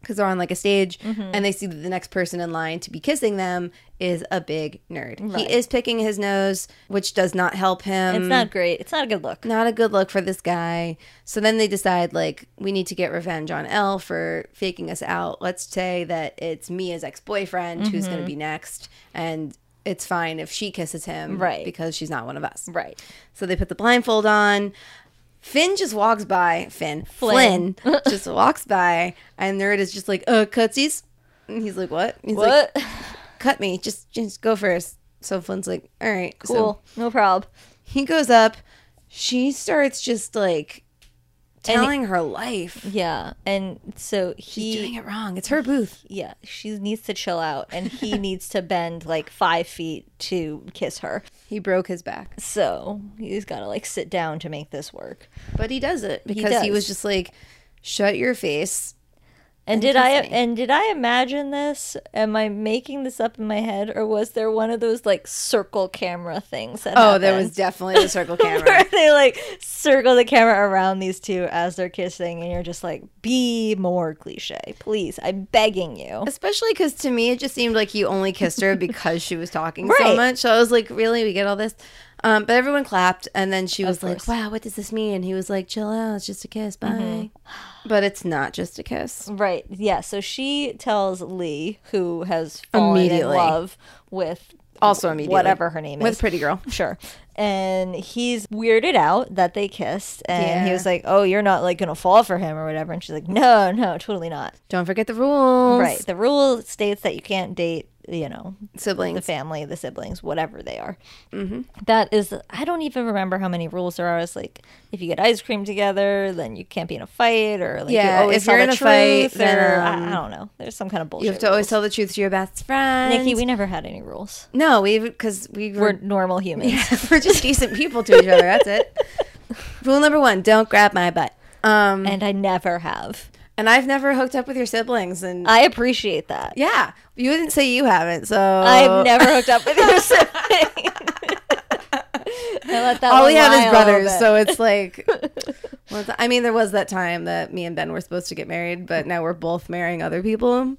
B: because they're on like a stage and they see that the next person in line to be kissing them is a big nerd. He
A: Right.
B: is picking his nose, which does not help him.
A: It's not great. It's not a good look.
B: Not a good look for this guy. So then they decide, like, we need to get revenge on L for faking us out. Let's say that it's Mia's ex boyfriend who's
A: Mm-hmm.
B: going to be next, and it's fine if she kisses him,
A: Right.
B: Because she's not one of us,
A: Right.
B: So they put the blindfold on. Finn just walks by. Finn.
A: Flynn.
B: Flynn, [laughs] just walks by, and Nerd is just like, uh, cutsies. And he's like, what? He's like,
A: What?
B: cut me. Just, just go first. So Flynn's like, all right, So
A: cool. no problem.
B: he goes up. She starts just like
A: And he-
B: telling her life.
A: Yeah. And so
B: She's
A: he
B: doing it wrong. It's her booth.
A: yeah, she needs to chill out and
B: [laughs]
A: he needs to bend like five feet to kiss her.
B: He broke his back,
A: So he's gotta like sit down to make this work.
B: but he does it because he,
A: does.
B: was just like, "Shut your face."
A: And, did I
B: kiss me.
A: and did I imagine this? Am I making this up in my head, or was there one of those like circle camera things? That
B: Oh, there was
A: happened?
B: definitely the [laughs] circle camera.
A: where [laughs] they like circle the camera around these two as they're kissing, and you're just like, be more cliche, please. I'm begging you.
B: Especially because to me, it just seemed like he only kissed her because she was talking so
A: Right.
B: much. So I was like, really? We get all this? Um, but everyone clapped. And then she was like,
A: course.
B: wow, what does this mean? And he was like, chill out. It's just a kiss. Bye. But it's not just a kiss.
A: Right. Yeah. So she tells Lee, who has fallen
B: Immediately.
A: in love with
B: Also immediately.
A: whatever her name
B: With
A: is,
B: Pretty Girl.
A: Sure. And he's weirded out that they kissed. And he
B: Yeah.
A: was like, Oh, you're not like going to fall for him or whatever. And she's like, No, no, totally not.
B: Don't forget the rules.
A: Right. The rule states that you can't date, you know, the
B: Siblings.
A: family, the siblings, whatever they are. Mm-hmm. is, I don't even remember how many rules there are. It's like, if you get ice cream together, then you can't be in a fight, or like,
B: Yeah,
A: you always
B: if
A: tell
B: you're
A: the
B: in a fight,
A: truth,
B: then,
A: or
B: um,
A: I, I don't know. There's some kind of bullshit.
B: You have to always
A: rules.
B: tell the truth to your best friend.
A: Nikki, we never had any rules.
B: no, we because we were,
A: We're normal humans.
B: [laughs] we're just decent people to each other. That's it. Rule number one: don't grab my butt.
A: [laughs]
B: Um,
A: And I never have.
B: and I've never hooked up with your siblings, and
A: I appreciate that.
B: Yeah, you didn't say you haven't, so
A: I've never hooked up
B: [laughs]
A: with your sibling. [laughs] I let that
B: All
A: one
B: we have
A: lie
B: is
A: a little
B: brothers,
A: bit.
B: so
A: [laughs]
B: it's like. well, th- I mean, there was that time that me and Ben were supposed to get married, but now we're both marrying other people.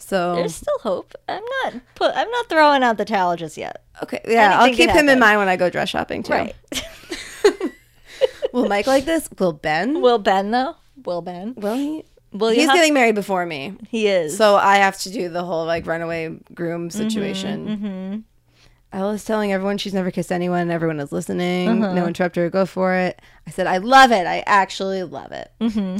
B: So
A: There's still hope. I'm not put. I'm not throwing out the towel just yet.
B: okay, yeah, I'll
A: anything can
B: keep him in
A: happen.
B: mind when I go dress shopping too. Will Mike like this? Will Ben?
A: Will Ben though? Will Ben?
B: Will he?
A: Will you?
B: He's
A: have-
B: getting married before me,
A: he is.
B: so I have to do the whole like runaway groom
A: Mm-hmm,
B: situation. Ella's telling everyone she's never kissed anyone. Everyone is listening.
A: Uh-huh.
B: No interrupt her. Go for it. I said, I love it. I actually love it. Mm-hmm.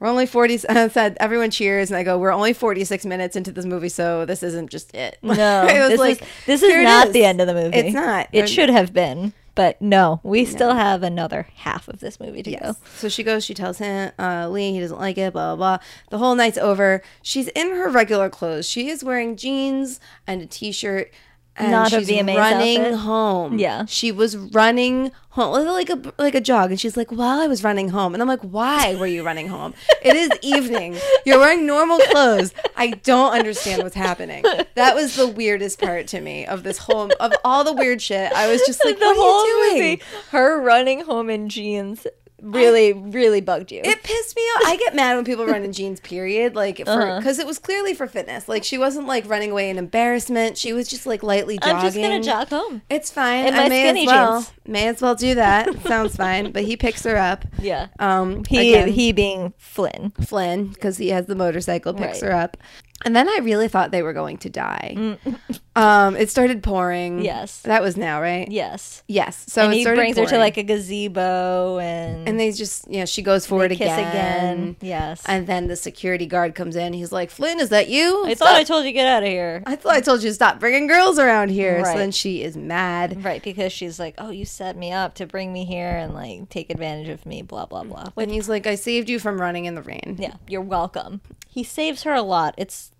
B: We're only 40. [laughs] I said, everyone cheers. And I go, we're only 46 minutes into this movie, so this isn't just it. [laughs]
A: no,
B: It was
A: this
B: like,
A: is this is
B: here it
A: not
B: is.
A: the end of the movie.
B: It's not.
A: It should have been, but no. We still have another half of this movie to go.
B: Yes. So she goes, she tells him, uh, Lee, he doesn't like it, blah, blah, blah. The whole night's over. She's in her regular clothes. She is wearing jeans and a t shirt. And
A: Not a
B: she's
A: VMAs
B: running
A: outfit.
B: home.
A: Yeah.
B: She was running home like a like a jog. And she's like, Well, I was running home. And I'm like, Why were you running home? It
A: [laughs]
B: is evening. You're wearing normal clothes. I don't understand what's happening. That was the weirdest part to me of this whole of all the weird shit. I was just like,
A: the
B: What
A: whole
B: are you doing?
A: movie, her running home in jeans really, really bugged you.
B: It pissed me off. I get mad when people run in jeans. Period. Like, because
A: Uh-huh.
B: it was clearly for fitness. Like, she wasn't like running away in embarrassment. She was just like lightly jogging.
A: I'm just gonna jog home.
B: It's fine.
A: in
B: I
A: my
B: may as
A: skinny
B: well.
A: jeans.
B: May as well
A: [laughs]
B: do that. Sounds fine. But he picks her up.
A: Yeah.
B: Um,
A: He
B: again,
A: he being Flynn.
B: Flynn because he has the motorcycle picks
A: Right.
B: her up. And then I really thought they were going to die. [laughs] um, it started pouring.
A: Mm. Yes.
B: that was now right.
A: Yes.
B: Yes, so
A: and
B: it
A: he
B: started
A: brings her to
B: pouring.
A: like a gazebo and,
B: and they just yeah, she goes forward
A: kiss again.
B: again.
A: Yes.
B: And then the security guard comes in. He's like, Flynn, is that you?
A: I
B: Stop-
A: thought I told you get out of here.
B: I thought I told you to stop bringing girls around here.
A: Right.
B: So then she is mad.
A: Right, because she's like, "Oh, you set me up to bring me here and like take advantage of me." Blah blah blah.
B: And he's like, I saved you from running in the rain.
A: Yeah, you're welcome. He saves her a lot. It's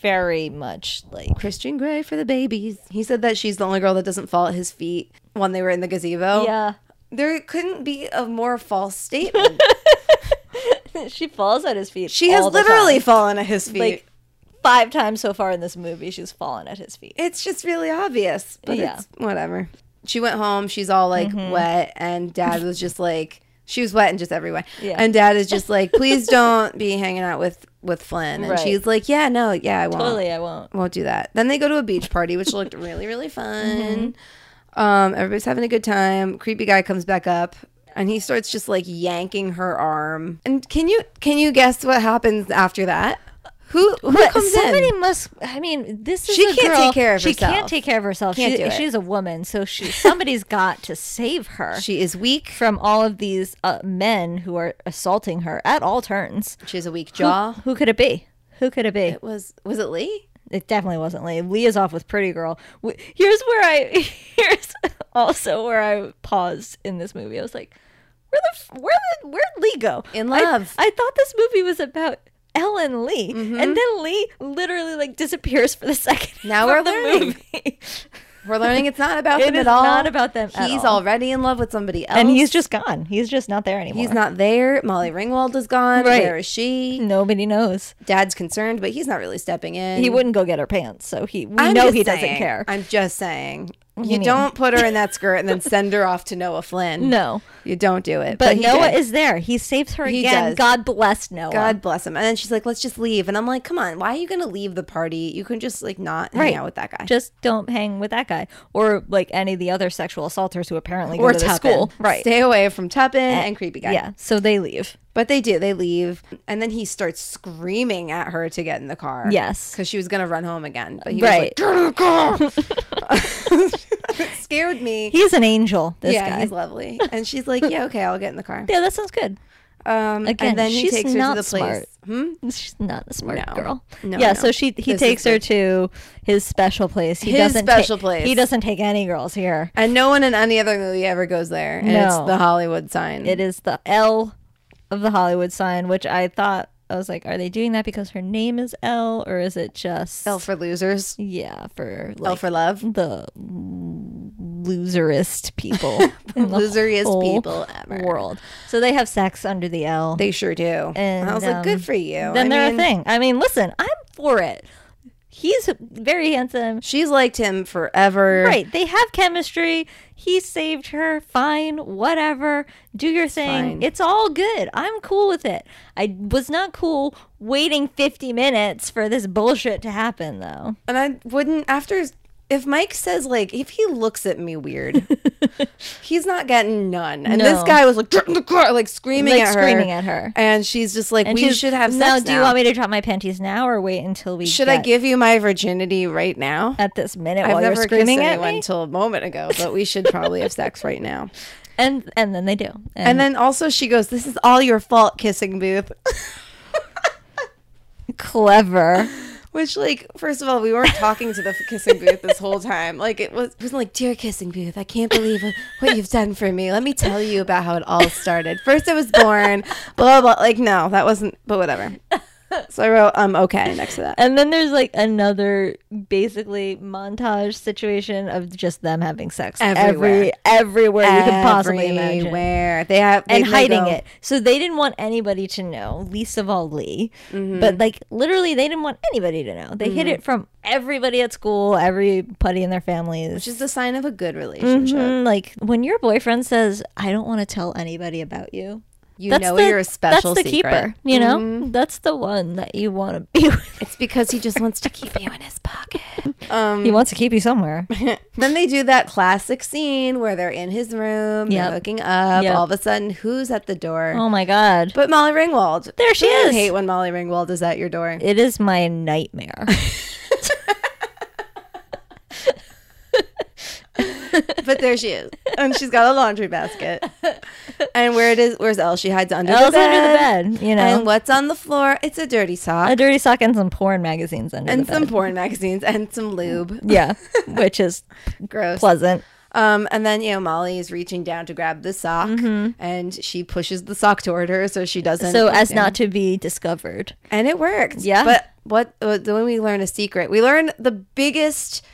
A: very much like
B: Christian Grey for the babies. He said that she's the only girl that doesn't fall at his feet when they were in the gazebo.
A: yeah. [laughs]
B: There couldn't be a more false statement.
A: she falls at his feet.
B: She has
A: all the
B: literally
A: time.
B: fallen at his feet.
A: like five times so far in this movie. She's fallen at his feet.
B: it's just really obvious, but
A: Yeah. Mm-hmm.
B: it's whatever. She went home. She's all like wet, and dad was just like, She was wet and just everywhere.
A: Yeah.
B: And dad is just like, please don't be hanging out with with Flynn. And
A: Right.
B: she's like, yeah, no, yeah, I won't.
A: Totally, I won't.
B: Won't do that. Then they go to a beach party, which looked really, really fun.
A: Mm-hmm.
B: Um, everybody's having a good time. Creepy guy comes back up and he starts just like yanking her arm. And can you can you guess what happens after that? Who who
A: But
B: comes
A: somebody
B: in?
A: must. I mean, this is
B: She
A: a
B: can't
A: girl-
B: take care of
A: she She
B: herself.
A: can't take care of herself.
B: Can't
A: she,
B: do it.
A: She's a woman, so she somebody's got to save her
B: She is weak.
A: from all of these uh, men who are assaulting her at all turns.
B: She has a weak
A: Who-
B: jaw.
A: Who, could it be? Who could it be?
B: It was was it Lee?
A: It definitely wasn't Lee. Lee is off with Pretty Girl. Wh- Here's where I. [laughs] Here's also where I paused in this movie. I was like, where the f- where the where'd Lee go?
B: In
A: I-
B: love. Mm-hmm.
A: I, thought this movie was about. Ellen Lee, and then Lee literally like disappears for the second.
B: [laughs]
A: [laughs] half
B: Now we're
A: of the
B: [laughs] learning.
A: movie.
B: We're learning it's not
A: [laughs]
B: about
A: It
B: them
A: is
B: at all.
A: not about them at
B: He's
A: all.
B: already in love with somebody else.
A: and he's just gone. He's just not there anymore.
B: he's not there. Molly Ringwald is gone.
A: Right.
B: Where is she?
A: Nobody knows.
B: Dad's concerned, but he's not really stepping in.
A: He wouldn't go get her pants, so he we
B: I
A: know he doesn't care.
B: I'm just saying. You don't put her in that
A: [laughs]
B: skirt and then send her off to Noah Flynn.
A: no,
B: You don't do it.
A: but,
B: he
A: Noah
B: did.
A: is there. He saves her
B: He
A: again.
B: does.
A: God bless Noah.
B: God bless him. And then she's like, let's just leave. And I'm like, come on, why are you going to leave the party? You can just like not hang
A: Right.
B: out with that guy.
A: Just don't hang with that guy or like any of the other sexual assaulters who apparently go
B: or
A: to the
B: Tuppen.
A: school. Right. Eh,
B: Stay away from Tuppen and, creepy guy.
A: yeah. So they leave.
B: But they do. They leave. And then he starts screaming at her to get in the car.
A: Yes.
B: Because she was going to run home again. But he was
A: Right.
B: like, get in the
A: [laughs]
B: car. [laughs] Scared me.
A: He's an angel. This
B: yeah,
A: guy.
B: he's lovely. And she's like, yeah, okay, I'll get in the car.
A: yeah, that sounds good.
B: Um,
A: Again,
B: and then he
A: she's
B: takes her
A: not
B: to the place.
A: smart.
B: Hmm?
A: She's not a smart
B: No.
A: girl.
B: No,
A: yeah,
B: no.
A: so she he
B: This is
A: takes her to his special place. He
B: His
A: doesn't ta-
B: special place.
A: He doesn't take any girls here.
B: And no one in any other movie ever goes there. And
A: No.
B: it's the Hollywood sign.
A: It is the L of the Hollywood sign, which I thought I was like, are they doing that because her name is L, or is it just
B: L for losers.
A: Yeah, for
B: L
A: like
B: for love.
A: the loserist
B: [laughs]
A: people, in the
B: Loseriest
A: whole
B: people ever.
A: world. So they have sex under the L.
B: They sure do.
A: And,
B: I was like,
A: um,
B: good for you.
A: then
B: I
A: they're
B: mean,
A: a thing. I mean, listen, I'm for it. He's very handsome.
B: She's liked him forever.
A: Right. They have chemistry. He saved her. Fine. Whatever. Do your thing.
B: fine.
A: It's all good. I'm cool with it. I was not cool waiting 50 minutes for this bullshit to happen,
B: [laughs]
A: though.
B: And I wouldn't, after, if Mike says, like, if he looks at
A: [laughs]
B: me weird, he's not getting none. And this
A: No.
B: guy was like, "Get in the car," like screaming
A: Like
B: at her.
A: screaming at her.
B: And she's just like, we
A: she's,
B: should have sex.
A: Now, do you want me to drop my panties now or wait until we
B: Should I
A: get
B: give you my virginity right now?
A: at this minute
B: I've
A: while you're
B: never
A: screaming
B: kissed
A: at
B: anyone
A: me?
B: until a moment ago, but we should probably have sex right
A: [laughs]
B: now.
A: And and then they do. And,
B: And then also she goes, "This is all your fault, kissing booth."
A: clever.
B: Which, like, first of all, we weren't talking to the f- kissing booth this whole time. Like, it was it wasn't like, "Dear kissing booth, I can't believe what you've done for me. Let me tell you about how it all started. First, I was born, blah blah." blah. Like, no, that wasn't. But whatever. So I wrote, "Um, okay." Next to that,
A: [laughs] And then there's like another basically montage situation of just them having sex
B: Everywhere.
A: every everywhere you could possibly imagine.
B: Everywhere. they have they-
A: and
B: they
A: hiding
B: go-
A: it. So they didn't want anybody to know, least of all Lee.
B: Mm-hmm.
A: But like literally, they didn't want anybody to know. They hid it from everybody at school, everybody in their families.
B: which is the sign of a good relationship.
A: Mhm, Like when your boyfriend says, "I don't want to tell anybody about you,"
B: You know you're a special
A: That's the
B: secret. Mm-hmm.
A: keeper. You know, that's the one that you want to be [laughs] with.
B: It's because he just wants to keep you in his pocket. Um,
A: He wants to keep you somewhere.
B: [laughs] then they do that classic scene where they're in his room,
A: Yep.
B: they're hooking up.
A: Yep.
B: All of a sudden, who's at the door?
A: Oh my god.
B: But Molly Ringwald.
A: There she
B: Ooh, I
A: is.
B: hate when Molly Ringwald is at your door.
A: It is my
B: [laughs]
A: nightmare.
B: But there she is, and she's got a laundry basket.
A: [laughs]
B: And where it is, where's Elle? She hides under the
A: Elle's
B: bed.
A: under the bed, you
B: And
A: know.
B: what's on the floor? It's a dirty sock
A: a dirty sock and some porn magazines under
B: and
A: the bed.
B: some porn magazines and some lube. [laughs]
A: yeah, which is
B: Gross.
A: pleasant.
B: Um, and then you know Molly is reaching down to grab the sock, and she pushes the sock toward her so she doesn't.
A: Mm-hmm. So as
B: you know.
A: not to be discovered.
B: and it worked.
A: Yeah.
B: but what uh, when we learn a secret, we learn the biggest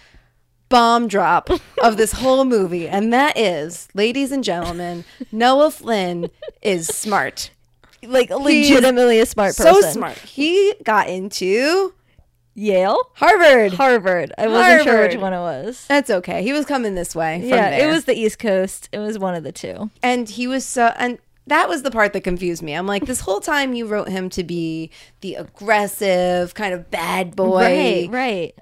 B: bomb drop
A: [laughs]
B: of this whole movie, and that is, ladies and gentlemen, Noah Flynn is smart,
A: Like legitimately a smart person.
B: so smart. He got into
A: Yale,
B: Harvard.
A: Harvard. I wasn't sure which
B: Harvard.
A: one it was.
B: That's okay. He was coming this way. From
A: yeah,
B: there.
A: it was the East Coast. It was one of the two.
B: and he was so and that was the part that confused me. I'm like, this whole time you wrote him to be the aggressive kind of bad boy,
A: Right, right.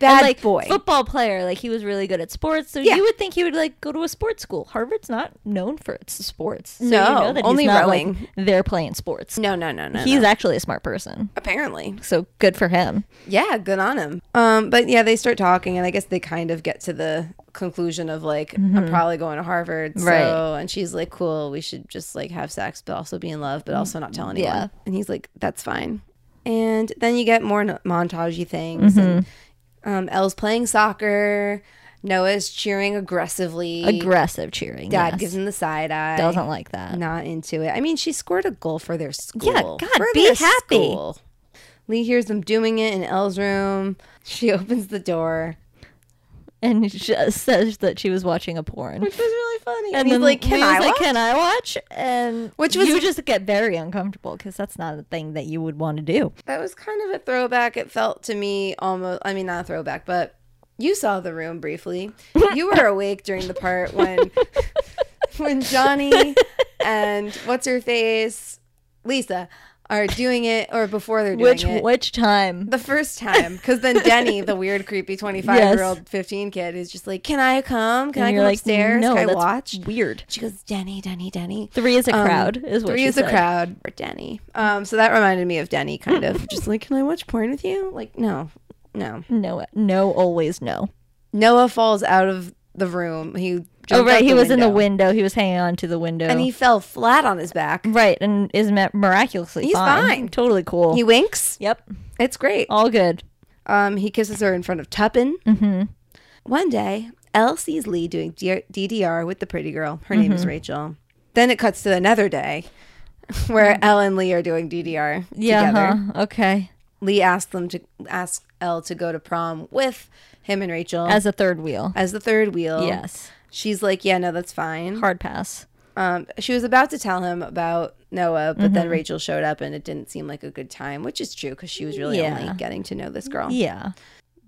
B: bad
A: like
B: boy.
A: football player, like he was really good at sports. So
B: Yeah.
A: you would think he would like go to a sports school. Harvard's not known for its sports. So you
B: No,
A: know that he's
B: only
A: not, like,
B: rowing.
A: they're playing sports.
B: no, no, no, no.
A: He's
B: no.
A: actually a smart person.
B: apparently
A: So good for him.
B: Yeah, good on him. Um, but yeah, they start talking, and I guess they kind of get to the conclusion of like, I'm probably going to Harvard. So,
A: Mm-hmm. Right.
B: and she's like, cool, we should just like have sex, but also be in love, but also not tell anyone.
A: Yeah.
B: And he's like, that's fine. And then you get more n- montagey things. And
A: Mm-hmm.
B: um, Elle's playing soccer. Noah's cheering aggressively.
A: Aggressive cheering.
B: Dad
A: yes.
B: gives him the side eye.
A: doesn't like that.
B: Not into it. I mean, she scored a goal for their school.
A: God,
B: For
A: be
B: their
A: happy.
B: school. Lee hears them doing it in Elle's room. She [laughs] opens the door.
A: And she [laughs] says that she was watching a porn.
B: Which was really funny. And,
A: And
B: he's
A: then
B: like, Can
A: Lee
B: I
A: was like,
B: watch?"
A: can I watch? And
B: Which was-
A: you just get very uncomfortable because that's not a thing that you would want to do.
B: That was kind of a throwback, it felt to me almost I mean not a throwback, but you saw the
A: [laughs]
B: room briefly. You were awake during the part when [laughs] when Johnny and what's her face? Lisa are doing it or before they're doing
A: Which
B: it.
A: which time?
B: The first time, because then Denny, the weird, creepy twenty-five-year-old, fifteen kid, is just like, "Can I come? Can
A: And
B: I
A: you're
B: go
A: like,
B: upstairs?
A: No,
B: Can I
A: that's
B: watch?"
A: Weird.
B: She goes, "Denny, Denny, Denny."
A: Three is a
B: Um,
A: crowd. Is what
B: Three
A: she
B: is a
A: said.
B: crowd for Denny. Um, so that reminded me of Denny, kind of just like, "Can I watch porn with you?" Like, no, no.
A: No, no, always no.
B: Noah falls out of the room. He jumped
A: Oh
B: out
A: right, he was in the
B: window.
A: window. He was hanging on to the window.
B: and he fell flat on his back.
A: right, and is mi- miraculously
B: He's
A: fine.
B: fine.
A: Totally cool.
B: He winks.
A: yep,
B: It's great.
A: all good.
B: Um, he kisses her in front of Tuppen. Mm-hmm. One day, Elle sees Lee doing D- DDR with the pretty girl. Her name
A: Mm-hmm.
B: is Rachel. Then it cuts to another day [laughs] where Elle and Lee are doing DDR
A: Mm-hmm. Yeah.
B: together.
A: huh, Okay.
B: Lee asks them to ask Elle to go to prom with him and Rachel as,
A: As a third wheel.
B: the third wheel.
A: Yes.
B: She's like, yeah, no, that's fine.
A: Hard pass.
B: Um, she was about to tell him about Noah, but
A: Mm-hmm.
B: then Rachel showed up and it didn't seem like a good time, which is true because she was really
A: Yeah.
B: only getting to know this girl.
A: Yeah.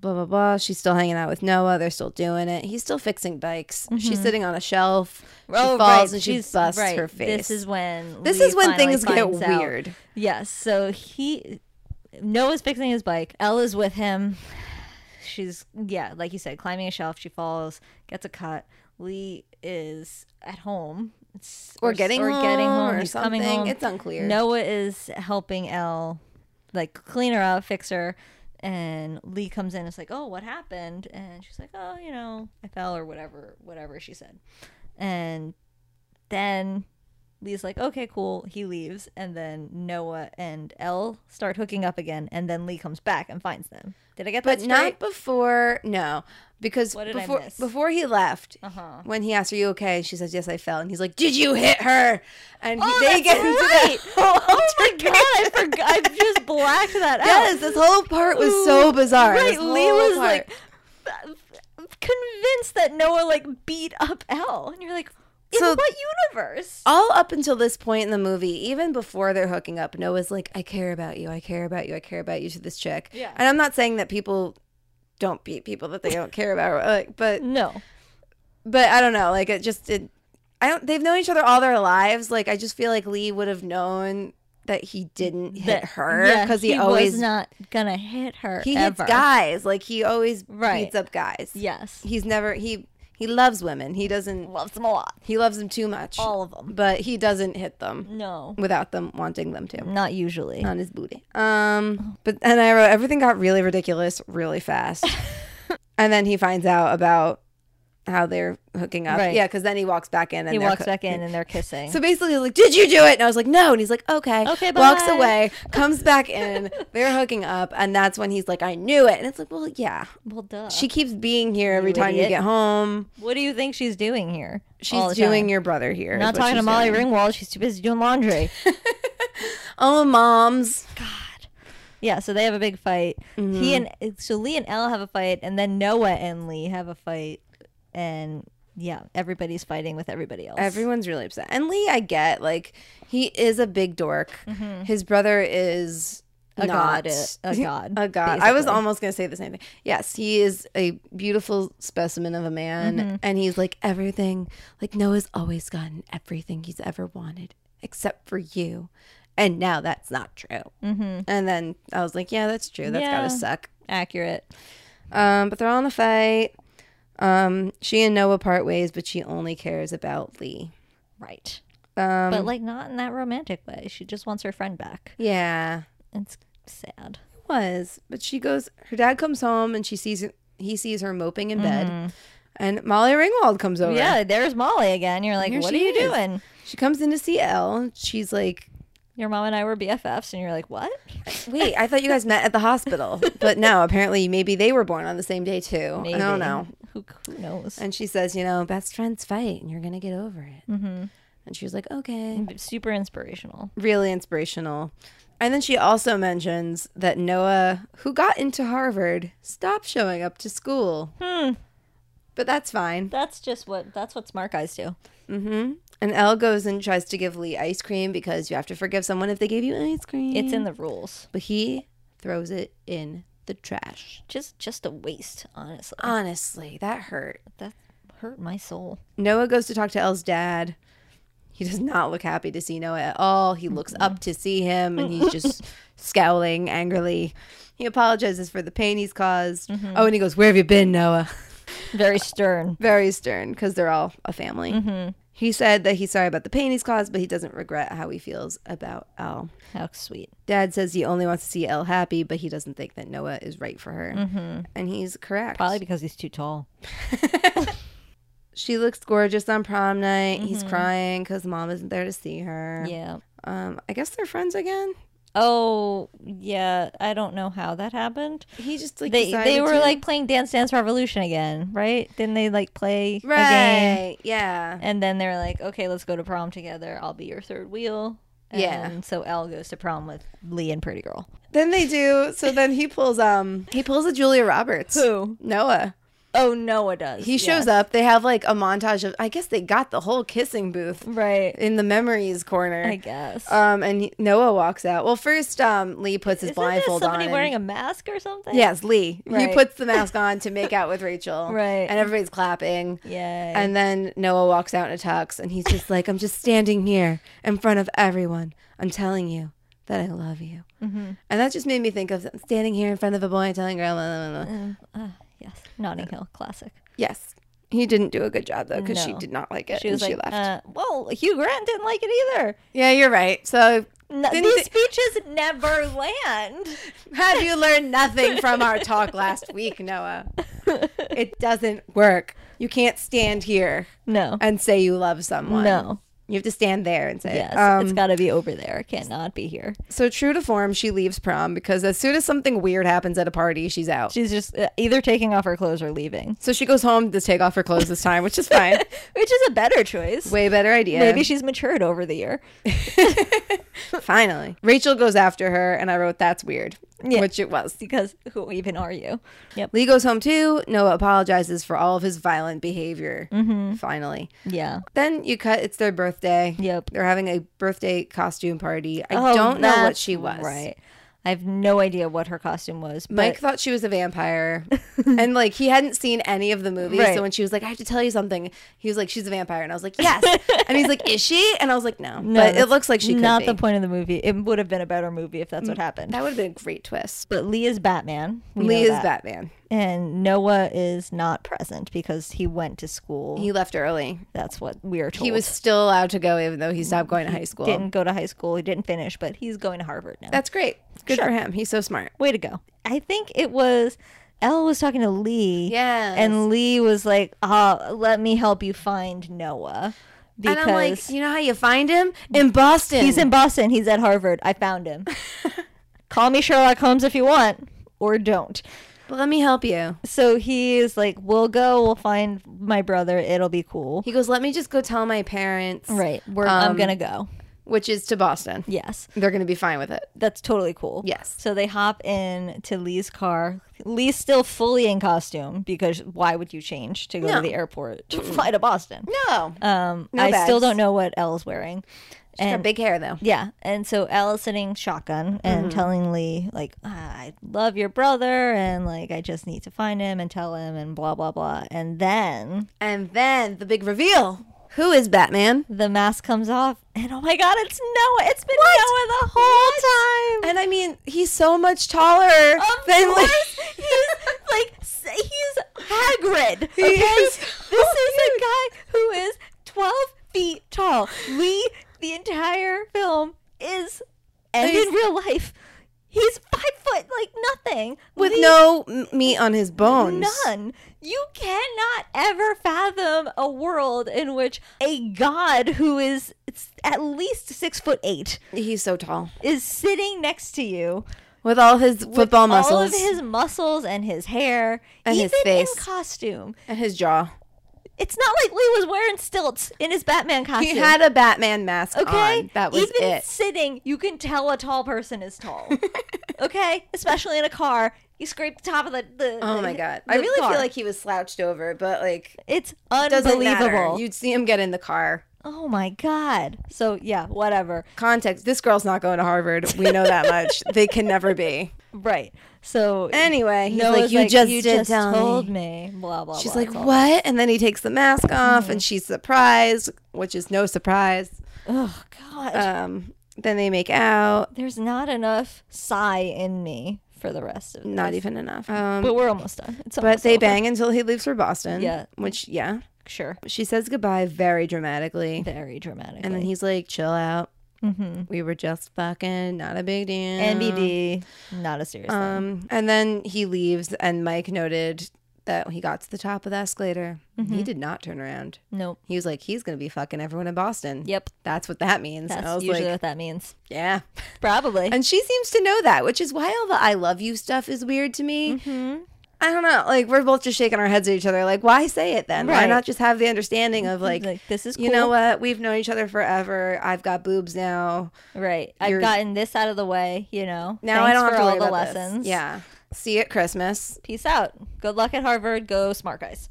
B: blah blah blah. She's still hanging out with Noah. They're still doing it. He's still fixing bikes. She's sitting on a shelf. She falls and she
A: Oh, She's-
B: busts
A: Mm-hmm. right.
B: her face.
A: This is when.
B: This
A: Lee
B: is when
A: finally
B: things get
A: finds out.
B: weird.
A: Yes. So he, Noah's fixing his bike. Elle is with him. She's yeah, like you said, climbing a shelf. She falls, gets a cut. Lee is at home. It's,
B: We're getting
A: or
B: home
A: getting home.
B: or
A: He's
B: something.
A: coming home.
B: It's unclear.
A: Noah is helping Elle, like clean her up, fix her. And Lee comes in. It's like, oh, what happened? And she's like, oh, you know, I fell or whatever, whatever she said. And then Lee's like, okay, cool. He leaves, and then Noah and Elle start hooking up again, and then Lee comes back and finds them. Did I get that
B: but
A: straight?
B: not before. No, because
A: What did I
B: before
A: miss?
B: before he left.
A: uh-huh.
B: When he asks, "Are you okay?" she says, "Yes, I fell." And he's like, "Did you hit her?" And he-
A: Oh,
B: they
A: that's
B: get into
A: right.
B: that whole
A: [laughs] Oh
B: [laughs]
A: my
B: altercation.
A: god, I forgot. I just blacked that out.
B: Yes, this whole part was so bizarre.
A: Right,
B: This
A: Lee
B: whole
A: was
B: part.
A: like convinced that Noah like beat up Elle, and you're like, in
B: So-
A: what universe?
B: all up until this point in the movie, even before they're hooking up, Noah's like, I care about you, I care about you, I care about you to this chick.
A: Yeah.
B: And I'm not saying that people don't beat people that they don't care about, [laughs] like, but
A: No,
B: but I don't know, like it just it, I don't. They've known each other all their lives. Like I just feel like Lee would have known that he didn't hit
A: that-
B: her
A: yeah,
B: because
A: he,
B: he, always
A: was not gonna hit her.
B: he hits
A: ever.
B: guys. Like he always
A: Right.
B: beats up guys.
A: Yes,
B: He's never he he loves women. He doesn't.
A: loves him a lot.
B: He loves them too much,
A: All of them.
B: but he doesn't hit them
A: No,
B: without them wanting them to
A: not usually.
B: on his booty. Um, but and I wrote everything got really ridiculous really fast,
A: [laughs]
B: and then he finds out about how they're hooking up.
A: Right.
B: Yeah, because then he walks back in and
A: he
B: they're
A: walks
B: co-
A: back in and they're kissing.
B: So basically, he's like, "Did you do it?" And I was like, "No." And he's like, "Okay."
A: Okay,
B: Walks
A: bye. [laughs]
B: away, comes back in. They're hooking up, and that's when he's like, "I knew it." And it's like, "Well, yeah."
A: well, duh.
B: She keeps being here every time you
A: idiot.
B: get home.
A: what do you think she's doing here? All
B: She's
A: the
B: doing
A: time?
B: your brother here. is
A: Not
B: what
A: talking to
B: she's
A: Molly
B: doing.
A: Ringwald. She's too busy doing laundry.
B: Oh, moms.
A: yeah, so they have a big fight. He
B: Mm-hmm.
A: and so Lee and Elle have a fight, and then Noah and Lee have a fight, and yeah, everybody's fighting with everybody else.
B: Everyone's really upset. And Lee, I get like he is a big dork. His brother is
A: Mm-hmm. a
B: not
A: god, a, a god,
B: [laughs] A god. I was
A: basically.
B: almost gonna say the same thing. Yes, he is a beautiful specimen of a
A: Mm-hmm.
B: man, and he's like everything. Like Noah's always gotten everything he's ever wanted, except for you. And now that's not true. Mm-hmm. And then I was like, yeah, that's true. That's
A: Yeah.
B: gotta suck.
A: Accurate.
B: Um, but they're all in a fight. Um, she and Noah part ways, but she only cares about Lee.
A: Right.
B: Um,
A: but like not in that romantic way. She just wants her friend back.
B: yeah,
A: It's sad.
B: it was. But she goes. Her dad comes home, and she sees he sees her moping in bed, and Molly Ringwald comes over.
A: Yeah, there's Molly again. You're like,
B: Oh, Here
A: what are
B: she
A: you
B: is.
A: doing?
B: she comes in to see Elle. She's like,
A: Your mom and I were BFFs, and you're like, what?
B: "Wait, I thought you guys met at the [laughs] hospital, but no. Apparently, maybe they were born on the same day too. I don't know."
A: Who, who knows?
B: And she says, "You know, best friends fight, and you're gonna get over it." Mm-hmm. And she was like, "Okay."
A: Super inspirational.
B: really inspirational. And then she also mentions that Noah, who got into Harvard, stopped showing up to school. Hmm. But that's fine.
A: That's just what that's what smart guys do.
B: Mm-hmm. And Elle goes and tries to give Lee ice cream because you have to forgive someone if they gave you ice cream.
A: It's in the rules.
B: but he throws it in the trash.
A: Just just a waste, honestly.
B: Honestly, that hurt.
A: that hurt my soul.
B: Noah goes to talk to Elle's dad. He does not look happy to see Noah at all. He looks up to see him and he's [laughs] just scowling angrily. He apologizes for the pain he's caused. Oh, and he goes, Where have you been, Noah?
A: Very stern. Mm-hmm.
B: Very stern because they're all a family. He said that he's sorry about the pain he's caused, but he doesn't regret how he feels about Elle.
A: How sweet.
B: Dad says he only wants to see Elle happy, but he doesn't think that Noah is right for her. And he's correct.
A: Mm. Mm-hmm. Probably because he's too tall.
B: She looks gorgeous on prom night. He's crying because mom isn't there to see her.
A: Mm-hmm. Yeah.
B: Um, I guess they're friends again.
A: Oh yeah. I don't know how that happened.
B: He just like
A: They
B: decided
A: they were
B: to-
A: like playing Dance Dance Revolution again, right? Didn't they like play a game?
B: right, yeah,
A: And then they're like, okay, let's go to prom together. I'll be your third wheel.
B: Yeah.
A: And so Elle goes to prom with Lee and Pretty Girl.
B: Then they do.
A: [laughs]
B: So then he pulls um he pulls a Julia Roberts.
A: Who?
B: Noah.
A: Oh, Noah does.
B: He shows up. They have like a montage of. I guess they got the whole kissing booth
A: Right.
B: in the memories corner.
A: I guess.
B: Um, and he- Noah walks out. Well, first um Lee puts his
A: Isn't there
B: blindfold on.
A: somebody
B: and-
A: wearing a mask or something?
B: Yes, Lee.
A: Right.
B: He puts the mask on to make out with Rachel.
A: [laughs] Right.
B: And everybody's clapping.
A: Yeah.
B: And then Noah walks out in a tux and he's just like, I'm just standing here in front of everyone. I'm telling you that I love you.
A: Mm-hmm.
B: And that just made me think of standing here in front of a boy and telling girl. Blah, blah, blah.
A: uh, yes. Notting Hill classic.
B: Yes. He didn't do a good job though because she
A: No.
B: did not like it
A: She
B: and
A: was
B: she
A: like,
B: left.
A: uh, well, Hugh Grant didn't like it either.
B: yeah, you're right. So
A: No,
B: Didn't
A: these
B: thi-
A: speeches never land. [laughs]
B: have you learned nothing from our talk last week, Noah? It doesn't work. You can't stand here
A: No.
B: and um, say you love someone.
A: No.
B: You have to stand there and say, it.
A: Yes. it's got to be over there. It can't not be here.
B: So true to form, she leaves prom because as soon as something weird happens at a party, she's out.
A: She's just uh, either taking off her clothes or leaving,
B: so she goes home to take off her clothes this time, which
A: [laughs]
B: is fine.
A: which is a better choice.
B: Way better idea.
A: Maybe she's matured over the year.
B: finally. Rachel goes after her, and I wrote that's weird,
A: Yeah.
B: which it was.
A: Because who even are you? Yep.
B: Lee goes home too. Noah apologizes for all of his violent behavior.
A: Mm-hmm.
B: Finally.
A: Yeah.
B: Then you cut. It's their birthday.
A: Yep.
B: They're having a birthday costume party. I
A: Oh,
B: don't know what
A: that's
B: she was.
A: Right. I have no idea what her costume was. But
B: Mike thought she was a [laughs] vampire. and like he hadn't seen any of the movies.
A: Right.
B: So when she was like, I have to tell you something, he was like, She's a vampire. And I was like, [laughs] Yes. and he's like, Is she? And I was like, No.
A: No,
B: but it
A: that's
B: looks like she could
A: not
B: be. Mm.
A: the point of the movie. It would have been a better movie if that's what happened.
B: That would have been a great twist.
A: But Lee is Batman. We know
B: Lee is
A: that.
B: Batman.
A: and Noah is not present because he went to school.
B: He left early.
A: That's what we are told.
B: He was still allowed to go even though he stopped going to high school.
A: didn't go to high school. He didn't finish, but he's going to Harvard now.
B: That's great. It's good for him. He's so smart.
A: Way to go! I think it was Elle was talking to Lee.
B: Yes.
A: and Lee was like, "Ah, let me help you find Noah because
B: and I'm like, you know how you find him? In Boston.
A: he's in Boston. He's at Harvard. I found
B: [laughs]
A: him. Call me Sherlock Holmes if you want." Or don't.
B: Let me help you.
A: So he is like, "We'll go. We'll find my brother. It'll be cool."
B: He goes, Let me just go tell my parents.
A: Right. We're, I'm
B: Um,
A: gonna go.
B: Which is to Boston.
A: Yes.
B: They're gonna be fine with it.
A: That's totally cool.
B: Yes.
A: So they hop in to Lee's car. Lee's still fully in costume because why would you change to go to
B: No.
A: the airport to fly to Boston?
B: No.
A: Um,
B: No
A: I still
B: bags.
A: don't know what Elle's wearing.
B: Her big Mm-hmm. hair though.
A: Yeah, and so Elle is sitting shotgun and telling Lee like, ah, "I love your brother," and like, "I just need to find him and tell him," and blah blah blah. And then
B: And then the big reveal. Who is Batman?
A: The mask comes off, and oh my god, it's Noah! It's been Noah the whole time.
B: And I mean, he's so much taller
A: Of
B: than like-
A: course, he's like s- he's Hagrid. [laughs] Okay,
B: He is.
A: this is a guy who is twelve feet tall. Lee, the entire film is, and
B: He's-
A: in real life, he's five foot like nothing
B: [laughs] with
A: Lee-
B: no m- meat on his bones.
A: None. You cannot ever fathom a world in which a god who is s- at least six foot eight
B: He's so tall
A: is sitting next to you
B: with all his football
A: with
B: muscles
A: all of his muscles and his hair,
B: And
A: even
B: his face.
A: in costume.
B: and his jaw.
A: It's not like Lee was wearing stilts in his Batman costume.
B: He had a Batman mask
A: okay,
B: on. That was
A: even
B: [laughs] it.
A: sitting, you can tell a tall person is
B: [laughs]
A: tall. okay, especially in a car. You scrape the top of the. the
B: Oh my god! I
A: the
B: really
A: car.
B: feel like he was slouched over, but like
A: it's
B: doesn't
A: unbelievable.
B: matter. You'd see him get in the car.
A: Oh my god. So yeah, whatever.
B: Context: This girl's not going to Harvard. We know that much. they can never be.
A: Right. So
B: [laughs] Anyway, he's
A: Noah's
B: like, "You just
A: you
B: did
A: just
B: tell
A: told
B: me."
A: me. Blah blah.
B: She's
A: blah,
B: like,
A: blah.
B: "What?" And then he takes the mask off,
A: Mm-hmm.
B: and she's surprised, which is no surprise.
A: Oh god.
B: Um, then they make out.
A: There's not enough sigh in me for the rest of.
B: Not even enough. Um,
A: But we're almost done. It's
B: but
A: almost
B: they
A: over.
B: bang until he leaves for Boston.
A: Yeah.
B: Which, yeah.
A: Sure.
B: She says goodbye very dramatically.
A: Very dramatic.
B: And then he's like, chill out.
A: Mm-hmm.
B: We were just fucking, not a big deal.
A: NBD. Not a serious. thing.
B: Um, and then he leaves, and Mike noted that he got to the top of the escalator.
A: Mm-hmm.
B: He did not turn around.
A: Nope.
B: He was like, he's going to be fucking everyone in Boston.
A: Yep.
B: That's what that means. And I
A: That's
B: was
A: usually
B: like,
A: what that means.
B: yeah.
A: Probably.
B: And she seems to know that, which is why all the I love you stuff is weird to me.
A: Mm-hmm.
B: I don't know. Like, we're both just shaking our heads at each other. Like, why say it then? Why
A: Right.
B: not just have the understanding of, like,
A: like, this is cool.
B: you know what? We've known each other forever. I've got boobs now.
A: Right.
B: You're-
A: I've gotten this out of the way. You know.
B: Now
A: Thanks
B: I don't
A: for
B: have to
A: all
B: worry
A: the
B: about this.
A: lessons.
B: Yeah. See you at Christmas.
A: Peace out. Good luck at Harvard. Go smart
B: [laughs]
A: guys.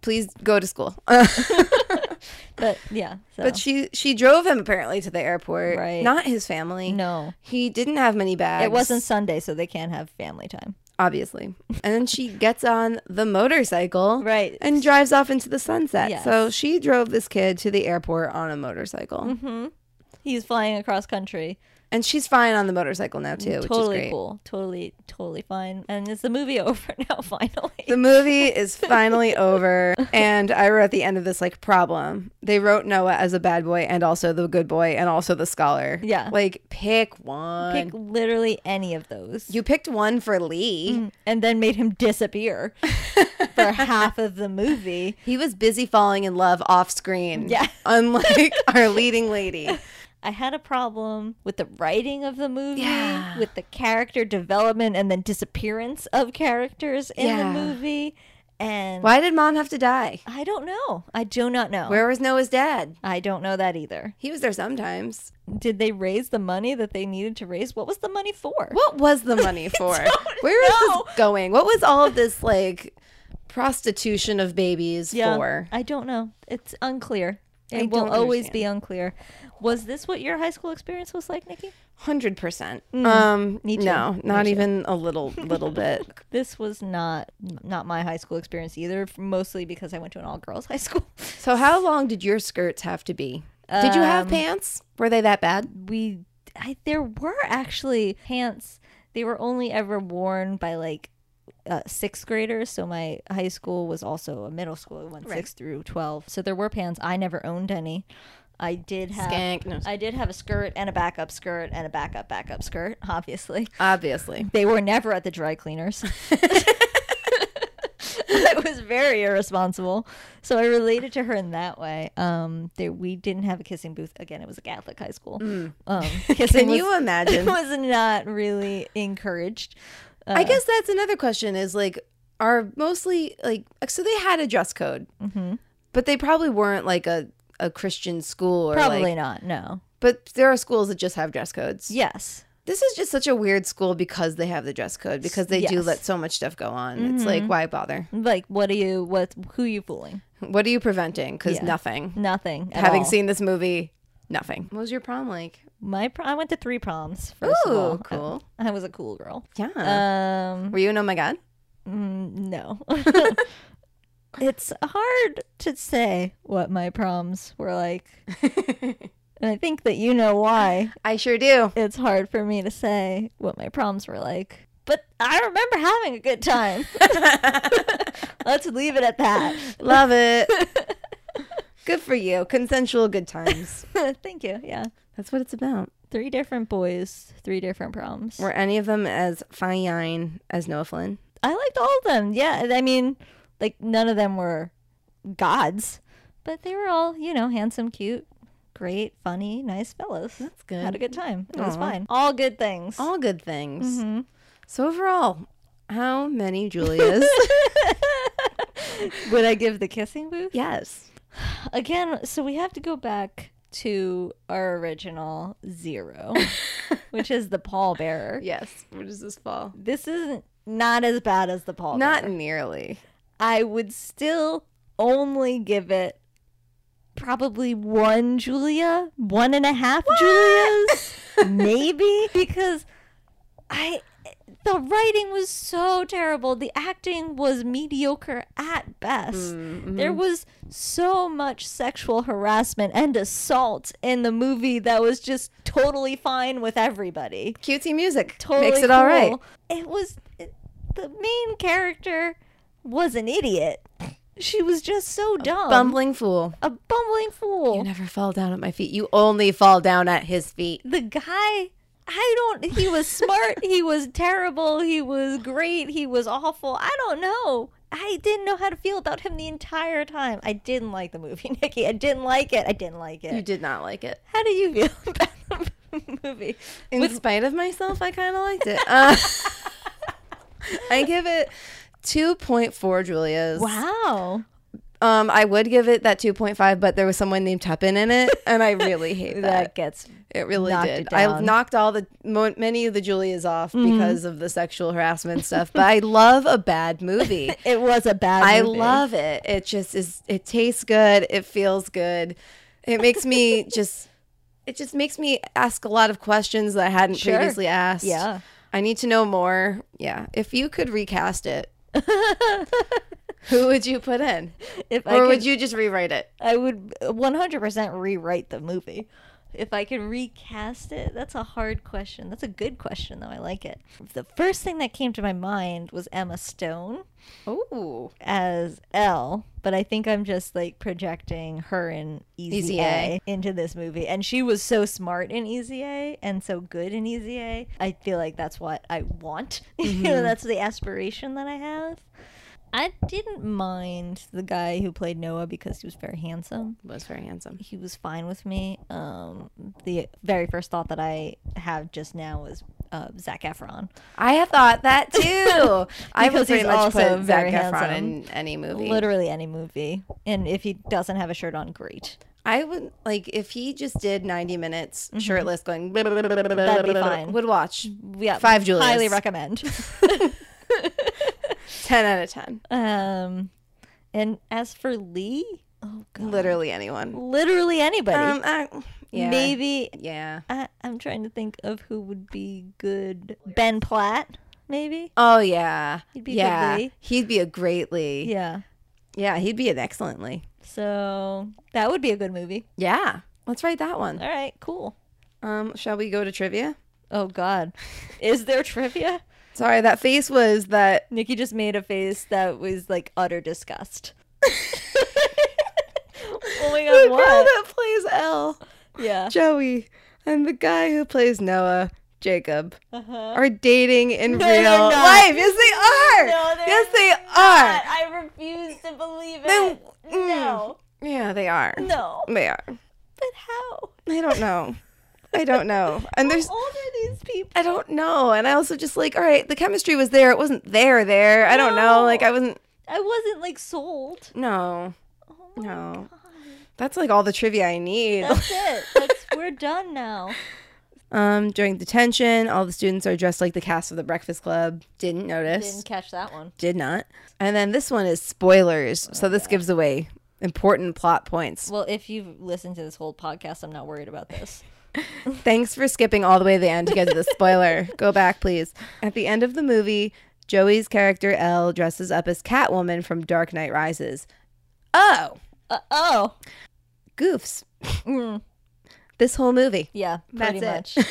B: Please go to school. [laughs] but
A: But yeah. So.
B: she she drove him apparently to the airport.
A: Right.
B: Not his family.
A: no.
B: He didn't have many bags.
A: It wasn't Sunday, so they can't have family time.
B: obviously. And then she gets on the motorcycle.
A: [laughs] Right.
B: And drives off into the sunset.
A: Yes. Mm-hmm.
B: So she drove this kid to the airport on a motorcycle.
A: He's flying across country.
B: And she's fine on the motorcycle now too, which is
A: totally
B: great.
A: cool. Totally, totally fine. And is the movie [laughs] over now, finally?
B: The movie is
A: [laughs]
B: finally [laughs] over, and I wrote at the end of this like problem. They wrote Noah as a bad boy, and also the good boy, and also the scholar.
A: Yeah.
B: like pick one.
A: [laughs] Pick literally any of those. Mm,
B: you picked one for Lee.
A: and then made him
B: [laughs]
A: disappear for half of the movie.
B: He was busy falling in love off screen.
A: Yeah.
B: [laughs] unlike our leading lady.
A: I had a problem with the writing of the movie,
B: Yeah.
A: with the character development and then disappearance of characters in
B: Yeah.
A: the movie. And
B: Why did mom have to die?
A: I don't know. I do not know.
B: Where was Noah's dad?
A: I don't know that either.
B: He was there sometimes.
A: Did they raise the money that they needed to raise? What was the money for?
B: What
A: [laughs]
B: was the money for?
A: don't
B: Where is
A: know.
B: this going? What was all of this like prostitution of babies for?
A: I don't know. It's unclear. It
B: I
A: will
B: don't
A: always be unclear. Was this what your high school experience was like, Nikki?
B: Hundred percent. Um,
A: Mm-hmm. me too.
B: no, not even a little, little bit.
A: This was not not my high school experience either, mostly because I went to an all girls [laughs] high school.
B: So, how long did your skirts have to be? Did you
A: Um,
B: have pants? Were they that bad?
A: We I, there were actually pants. They were only ever worn by like uh, sixth graders. So my high school was also a middle school. It went six through twelve. So there were pants. I never owned any. I did have
B: Skank. No,
A: I did have a skirt and a backup skirt and a backup backup skirt, [laughs] obviously.
B: obviously.
A: They were never at the dry cleaners. [laughs] I was very irresponsible. So I related to her in that way. Um, they, we didn't have a kissing booth. Again, it was a Catholic high school.
B: [laughs]
A: Um, kissing [laughs]
B: Mm. Can
A: was,
B: you imagine?
A: was not really encouraged.
B: I guess that's another question. Is like, are mostly like so they had a dress code,
A: Mm-hmm.
B: but they probably weren't like a a Christian school or
A: Probably
B: Like,
A: not. No.
B: but there are schools that just have dress codes.
A: Yes.
B: This is just such a weird school because they have the dress code because they do
A: Yes.
B: let so much stuff go on. It's like why bother?
A: Like, what are you? What? Who are you fooling?
B: What are you preventing? Because
A: Yeah.
B: nothing.
A: Nothing. at
B: having
A: all.
B: seen this movie, nothing. What was your prom like?
A: my, prom, I went to three proms. First of
B: Ooh,
A: all.
B: cool. Uh,
A: I, I was a cool girl.
B: Yeah.
A: Um,
B: [laughs] Were you an oh my god?
A: Mm, no. Mm, [laughs] it's hard to say what my proms were like. and I think that you know why
B: I sure do.
A: it's hard for me to say what my proms were like. But I remember having a good time. Let's leave it at that. [laughs]
B: Love [laughs] it. good for you. Consensual good times.
A: Thank you. Yeah.
B: [laughs] That's what it's about.
A: Three different boys, three different proms.
B: Were any of them as fine as Noah Flynn?
A: I liked all of them. Yeah. I mean, like, none of them were gods, but they were all, you know, handsome, cute, great, funny, nice fellows.
B: That's good.
A: Had a good time. It was
B: Aw.
A: fine. All good things. Mm-hmm.
B: All good things. So overall, how
A: [laughs]
B: many Julias?
A: Would I give the kissing booth?
B: [laughs] yes.
A: Again, so we have to go back to our original [laughs] zero, which is the pallbearer.
B: Yes. Where does this fall?
A: This isn't not as bad as the pallbearer.
B: Not nearly.
A: I would still only give it probably one Julia, one and a half Julias, maybe because I the writing was so terrible. The acting was mediocre at best. There was so much sexual harassment and assault in the movie that was just totally fine with everybody
B: Cutesy music
A: totally
B: makes it all right.
A: cool. It was it- the main character was an idiot. She was just so dumb,
B: Bumbling fool.
A: a bumbling fool.
B: You never fall down at my feet. You only fall down at his feet.
A: the guy, I don't. He was smart. he was terrible. He was great. He was awful. I don't know. I didn't know how to feel about him the entire time. I didn't like the movie, [laughs] Nikki. I didn't like it. I didn't like it.
B: You did not like it.
A: How did you feel [laughs] about the movie?
B: In [laughs] spite of myself, I kind of liked [laughs] it. Uh, I give it 2.4 Julias.
A: Wow.
B: Um, I would give it that 2.5, but there was someone named Tuppen in it, and I really [laughs] hate that.
A: That gets
B: It Mm-hmm. really
A: knocked
B: did.
A: it
B: I
A: down.
B: knocked all the mo- many of the Julias off because of the sexual harassment stuff. But I love a bad movie. [laughs]
A: it was a bad
B: I
A: movie.
B: love it. It just is. It tastes good. It feels good. It makes me just. It just makes me ask a lot of questions that I hadn't
A: Sure.
B: previously asked.
A: Yeah.
B: I need to know more. Yeah. If you could recast [laughs] it, who would you put in,
A: If I
B: or
A: could,
B: would you just rewrite it?
A: I would uh, 100% rewrite the movie. If I could recast it, that's a hard question. That's a good question, though. I like it. The first thing that came to my mind was Emma Stone
B: Oh,
A: as Elle, but I think I'm just like projecting her in Easy,
B: Easy
A: A,
B: A.
A: into this movie. And she was so smart in Easy A and so good in Easy A. I feel like that's what I want. [laughs] you know, that's the aspiration that I have. I didn't mind the guy who played Noah because he was very handsome
B: was very handsome.
A: he was fine with me. Um, the very first thought that I have just now was uh, Zach Efron.
B: I have thought that [laughs] too. I
A: Because
B: would pretty
A: he's
B: much
A: also
B: put Zac
A: very
B: Efron
A: handsome.
B: in any movie.
A: Literally any movie, and if he doesn't have a shirt on, great.
B: I would like if he just did ninety minutes shirtless, going
A: Mm-hmm. That'd be fine.
B: Would watch
A: Yeah,
B: Five Julias.
A: uh, Highly
B: [laughs]
A: recommend. [laughs]
B: ten out of ten.
A: um, and as for Lee, oh god,
B: Literally anyone.
A: literally anybody.
B: Um, I, yeah,
A: Maybe
B: yeah.
A: I, I'm trying to think of who would be good. Ben Platt, maybe.
B: Oh yeah,
A: He'd be a good
B: yeah.
A: Lee.
B: He'd be a great Lee. Yeah.
A: Yeah.
B: he'd be an excellent Lee.
A: So that would be a good movie.
B: Yeah, let's write that one.
A: All right, cool.
B: Um, shall we go to trivia?
A: Oh God, is there trivia?
B: Sorry, that face was that.
A: Nikki just made a face that was like utter disgust. [laughs] oh my
B: The
A: God,
B: girl
A: what?
B: that
A: [laughs]
B: plays L.
A: Yeah.
B: Joey and the guy who plays Noah, Jacob,
A: Uh-huh.
B: are dating in
A: No, they're
B: real
A: not.
B: life. Yes, they are.
A: No, they're
B: yes, they are.
A: I refuse to believe it.
B: Then-
A: no,
B: Yeah, they are.
A: no.
B: They are.
A: But how?
B: I don't know. I don't know. And there's.
A: How old are these people?
B: I don't know. And I also just like, all right, the chemistry was there. It wasn't there, there. I don't know.
A: No.
B: Like, I wasn't.
A: I wasn't like
B: [laughs]
A: sold.
B: No.
A: Oh my
B: No.
A: God.
B: That's like all the trivia I need.
A: That's it. That's we're done now.
B: [laughs] Um, during detention, all the students are dressed like the cast of The Breakfast Club. Didn't notice.
A: Didn't catch that one.
B: Did not. And then this one is spoilers. so
A: Oh
B: this gives away important plot points.
A: Well, if you've listened to this whole podcast, I'm not worried about this.
B: Thanks for skipping all the way to the end to get to the spoiler. Go back, please. At the end of the movie, Joey's character Elle dresses up as Catwoman from Dark Knight Rises. Oh,
A: Uh, oh.
B: goofs.
A: Mm,
B: This whole movie.
A: yeah, pretty
B: That's [laughs]
A: much.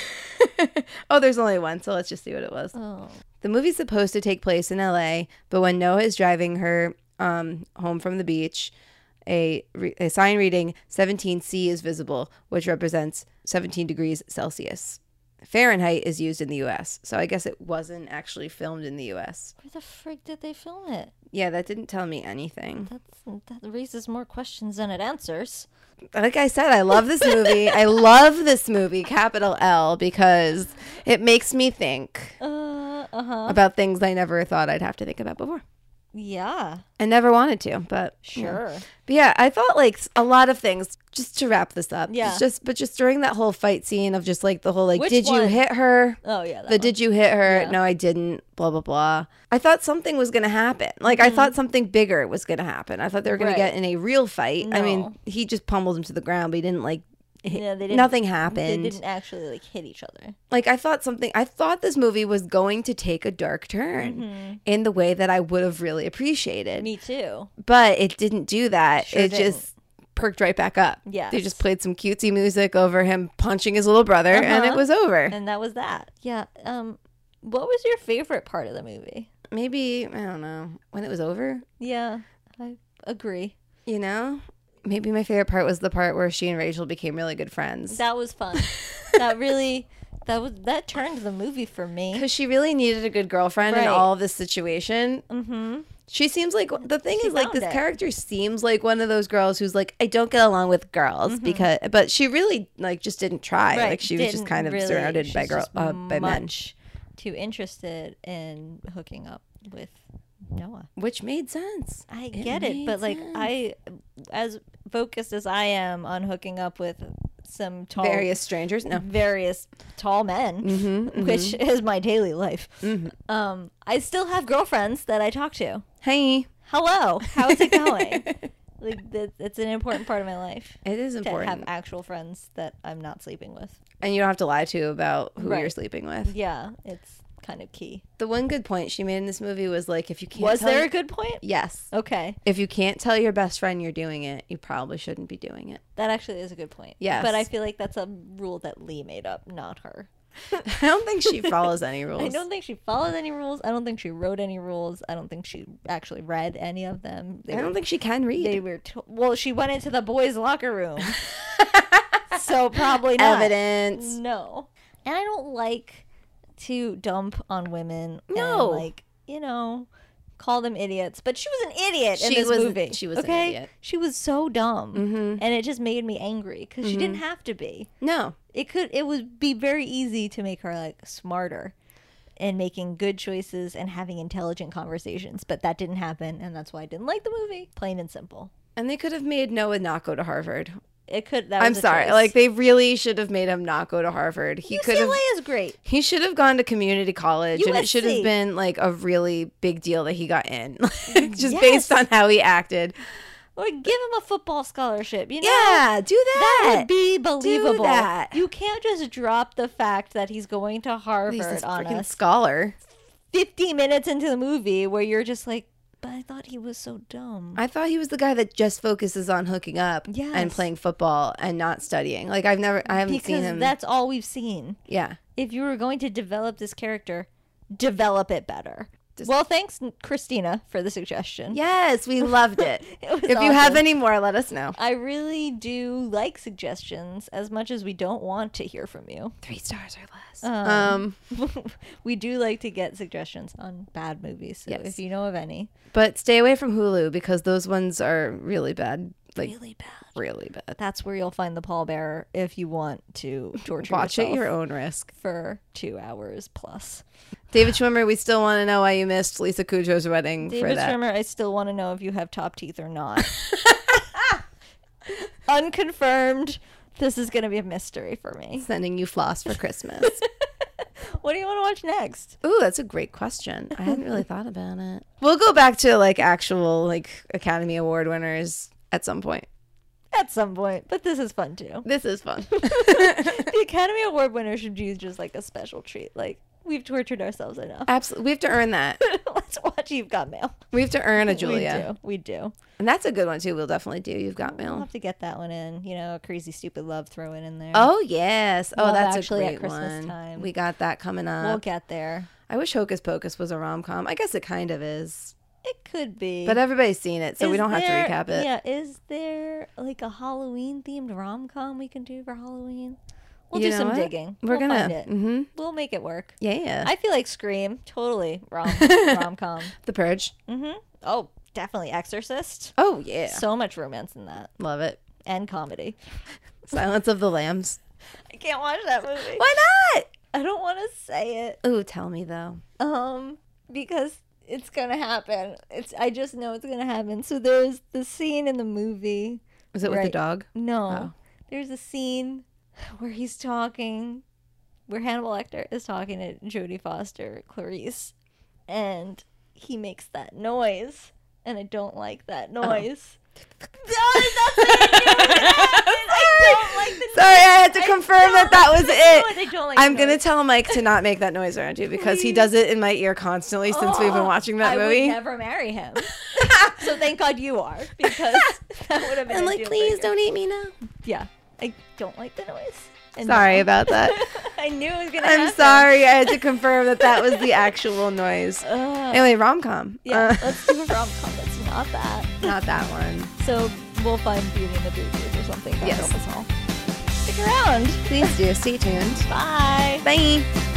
B: oh, there's only one, so let's just see what it was.
A: Oh.
B: The movie's supposed to take place in LA, but when Noah is driving her um, home from the beach, a, re- a sign reading 17C is visible, which represents 17 degrees Celsius. Fahrenheit is used in the US, so I guess it wasn't actually filmed in the US.
A: Where the frig did they film it?
B: Yeah, that didn't tell me anything.
A: That's, that raises more questions than it answers.
B: Like I said, I love this movie. I love this movie, capital L, because it makes me think
A: Uh huh.
B: about things I never thought I'd have to think about before.
A: Yeah,
B: I never wanted to, but you know.
A: sure.
B: But yeah, I thought like s- a lot of things. Just to wrap this up,
A: Yeah.
B: it's Just but just during that whole fight scene of just like the whole like,
A: Which
B: did you
A: one?
B: hit her?
A: Oh yeah. That
B: The
A: one.
B: did you hit her?
A: Yeah.
B: No, I didn't. Blah blah blah. I thought something was gonna happen. Like I thought something bigger was gonna happen. I thought they were gonna
A: Mm-hmm. Right.
B: get in a real fight. I
A: No.
B: mean, he just pummeled him to the ground, but he didn't like. hit-
A: Yeah, they didn't-
B: nothing
A: they
B: happened.
A: didn't actually like hit each other.
B: Like I thought something. I thought this movie was going to take a dark turn in the way that I would have really appreciated
A: Mm-hmm. Me too.
B: but it didn't do that.
A: Sure
B: it
A: didn't.
B: just perked right back up.
A: Yes.
B: They just played some cutesy music over him punching his little brother and it
A: Uh-huh.
B: was over.
A: And that was that. Yeah. Um, what was your favorite part of the movie?
B: Maybe, I don't know, when it was over,
A: Yeah, I agree.
B: you know? Maybe my favorite part was the part where she and Rachel became really good friends.
A: That was [laughs] fun. that really, that was that turned the movie for me.
B: Because she really needed a good girlfriend in
A: Right.
B: all of this situation.
A: Mm-hmm.
B: She seems like the thing
A: She
B: is like
A: found
B: this
A: it.
B: character seems like one of those girls who's like I don't get along with girls
A: Mm-hmm.
B: because but she really like just didn't try like she was just kind of surrounded by girl uh, by men
A: Too interested in hooking up with Noah.
B: which made sense.
A: I
B: It
A: get it, but
B: made
A: like
B: sense.
A: I, as focused as I am on hooking up with some tall,
B: various Mm-hmm, strangers. No.
A: various tall men, which is my daily life.
B: Mm-hmm.
A: Um, I still have girlfriends that I talk to.
B: Hey.
A: Hello, how's it
B: [laughs]
A: going? like that, it's an important part of my life
B: It is
A: to have
B: important.
A: actual friends that I'm not sleeping with.
B: And you don't have to lie to about who you're
A: Right.
B: sleeping with.
A: Yeah, it's kind of key.
B: The one good point she made in this movie was like if you can't
A: Was
B: tell
A: there a good point?
B: Yes.
A: Okay,
B: If you can't tell your best friend you're doing it, you probably shouldn't be doing it.
A: that actually is a good point.
B: Yes.
A: but I feel like that's a rule that Lee made up, not her.
B: [laughs] [laughs] I don't think she follows any rules.
A: I don't think she followed any rules. I don't think she wrote any rules. I don't think she actually read any of them. They
B: I
A: were
B: don't think she can read.
A: they were to- well she went into the boys locker
B: [laughs]
A: room so probably not
B: Evidence.
A: no and i don't like to dump on women and,
B: No.
A: like you know call them idiots but she was an idiot in
B: She
A: this
B: was-
A: movie
B: she was an
A: okay
B: idiot. Mm-hmm.
A: she was so dumb and it just made me angry because she didn't have to be
B: No.
A: it could it would be very easy to make her like smarter and making good choices and having intelligent conversations but that didn't happen and that's why i didn't like the movie plain and simple
B: And they could have made Noah not go to Harvard.
A: it could that
B: I'm
A: was a
B: sorry.
A: choice.
B: Like they really should have made him not go to Harvard. He could have
A: ucla is great
B: He should have gone to community college, and it should have
A: USC.
B: been like a really big deal that he got in, [laughs] Like, just
A: Yes.
B: based on how he acted.
A: or give him a football scholarship you know
B: Yeah, do that.
A: That would be believable.
B: that.
A: You can't just drop the fact that he's going to
B: He's
A: Harvard
B: this
A: on
B: freaking
A: us
B: scholar.
A: 50 minutes into the movie where you're just like, but I thought he was so dumb.
B: I thought he was the guy that just focuses on hooking up and
A: Yes.
B: playing football and not studying. Like I've never, I haven't seen
A: Because
B: him.
A: that's all we've seen.
B: yeah,
A: if you were going to develop this character, develop it better.
B: Just-
A: well, thanks, Christina, for the suggestion.
B: yes, we loved it.
A: [laughs] It was
B: if you have
A: awesome.
B: any more, let us know.
A: I really do like suggestions as much as we don't want to hear from you. [laughs]
B: Three stars or less.
A: Um,
B: um
A: we do like to get suggestions on bad movies. So
B: Yes.
A: if you know of any,
B: but stay away from Hulu because those ones are really bad. Like
A: really bad.
B: really bad.
A: That's where you'll find the pallbearer if you want
B: [laughs]
A: to torture
B: Watch
A: yourself
B: at your own risk.
A: for two hours plus.
B: David Schwimmer, we still want to know why you missed Lisa Kudrow's wedding for
A: David
B: that.
A: Schwimmer, I still want to know if you have top teeth or [laughs] not. Unconfirmed. This is going to be a mystery for me.
B: Sending you floss for Christmas.
A: What do you want to watch next?
B: Ooh, that's a great question. I hadn't [laughs] really thought about it. We'll go back to like actual like Academy Award winners at some point.
A: At some point, but this is fun too. [laughs]
B: [laughs] This is fun.
A: The Academy Award winner should do just like a special treat, like We've tortured ourselves enough. [laughs]
B: Absolutely. We have to earn that.
A: Let's watch You've Got Mail.
B: We have to earn a Julia.
A: We do. We do.
B: And that's a good one, too. We'll definitely do. You've got
A: I'll
B: mail.
A: have to get that one in. You know, Crazy Stupid Love throw it in there.
B: Oh, yes. Oh,
A: Love
B: that's a
A: Actually
B: great
A: at Christmas
B: one.
A: time.
B: We got that coming up.
A: We'll get there.
B: I wish Hocus Pocus was a rom com. I guess it kind of is.
A: It could be.
B: But everybody's seen it, so we
A: Is
B: don't
A: there-
B: have to recap it.
A: Yeah, is there like a Halloween themed rom com we can do for Halloween? We'll
B: You
A: do
B: know
A: some
B: what?
A: digging.
B: We're
A: We'll
B: gonna.
A: find it.
B: hmm
A: We'll make it
B: [laughs]
A: work.
B: Yeah, yeah.
A: I feel like Scream, totally
B: [laughs]
A: rom rom com.
B: the Purge.
A: Mm-hmm. Oh, definitely Exorcist.
B: Oh yeah,
A: So much romance in that
B: love it.
A: and comedy.
B: Silence of the Lambs.
A: I can't watch that movie.
B: Why not?
A: I don't want to say it.
B: Ooh, tell me though.
A: um because it's gonna happen it's i just know it's gonna happen so there's the scene in the movie
B: Was it with the
A: Right.
B: [laughs] dog? Oh.
A: no there's a scene [laughs] where he's talking where hannibal lecter is talking to jodie foster clarice and he makes that noise and i don't like that
B: Oh.
A: noise [laughs] I don't like the
B: Sorry, I had to
A: I
B: confirm
A: don't
B: that that
A: like
B: was
A: the
B: it.
A: noise. I don't like
B: Eh. I'm
A: the
B: gonna
A: noise.
B: tell Mike to not make that noise around you because he does it in my ear constantly since we've been
A: Oh,
B: watching that
A: I would
B: movie. [laughs]
A: never marry him. so thank God you are
B: [laughs]
A: because that would have been.
B: I'm
A: a
B: like,
A: deal
B: please
A: breaker."
B: don't eat me now.
A: Yeah, I don't like the noise. And
B: Sorry
A: now- [laughs]
B: about that.
A: I knew it was gonna.
B: I'm
A: happen.
B: sorry. I had to confirm that that was the actual noise.
A: Ugh.
B: Anyway, rom com.
A: yeah, let's do a rom com. That's not that.
B: [laughs] not that one.
A: So we'll find Beauty and the Boobies or something. Yes.
B: Yes.
A: Hall. Stick around.
B: Please do. Stay tuned.
A: Bye.
B: Bye.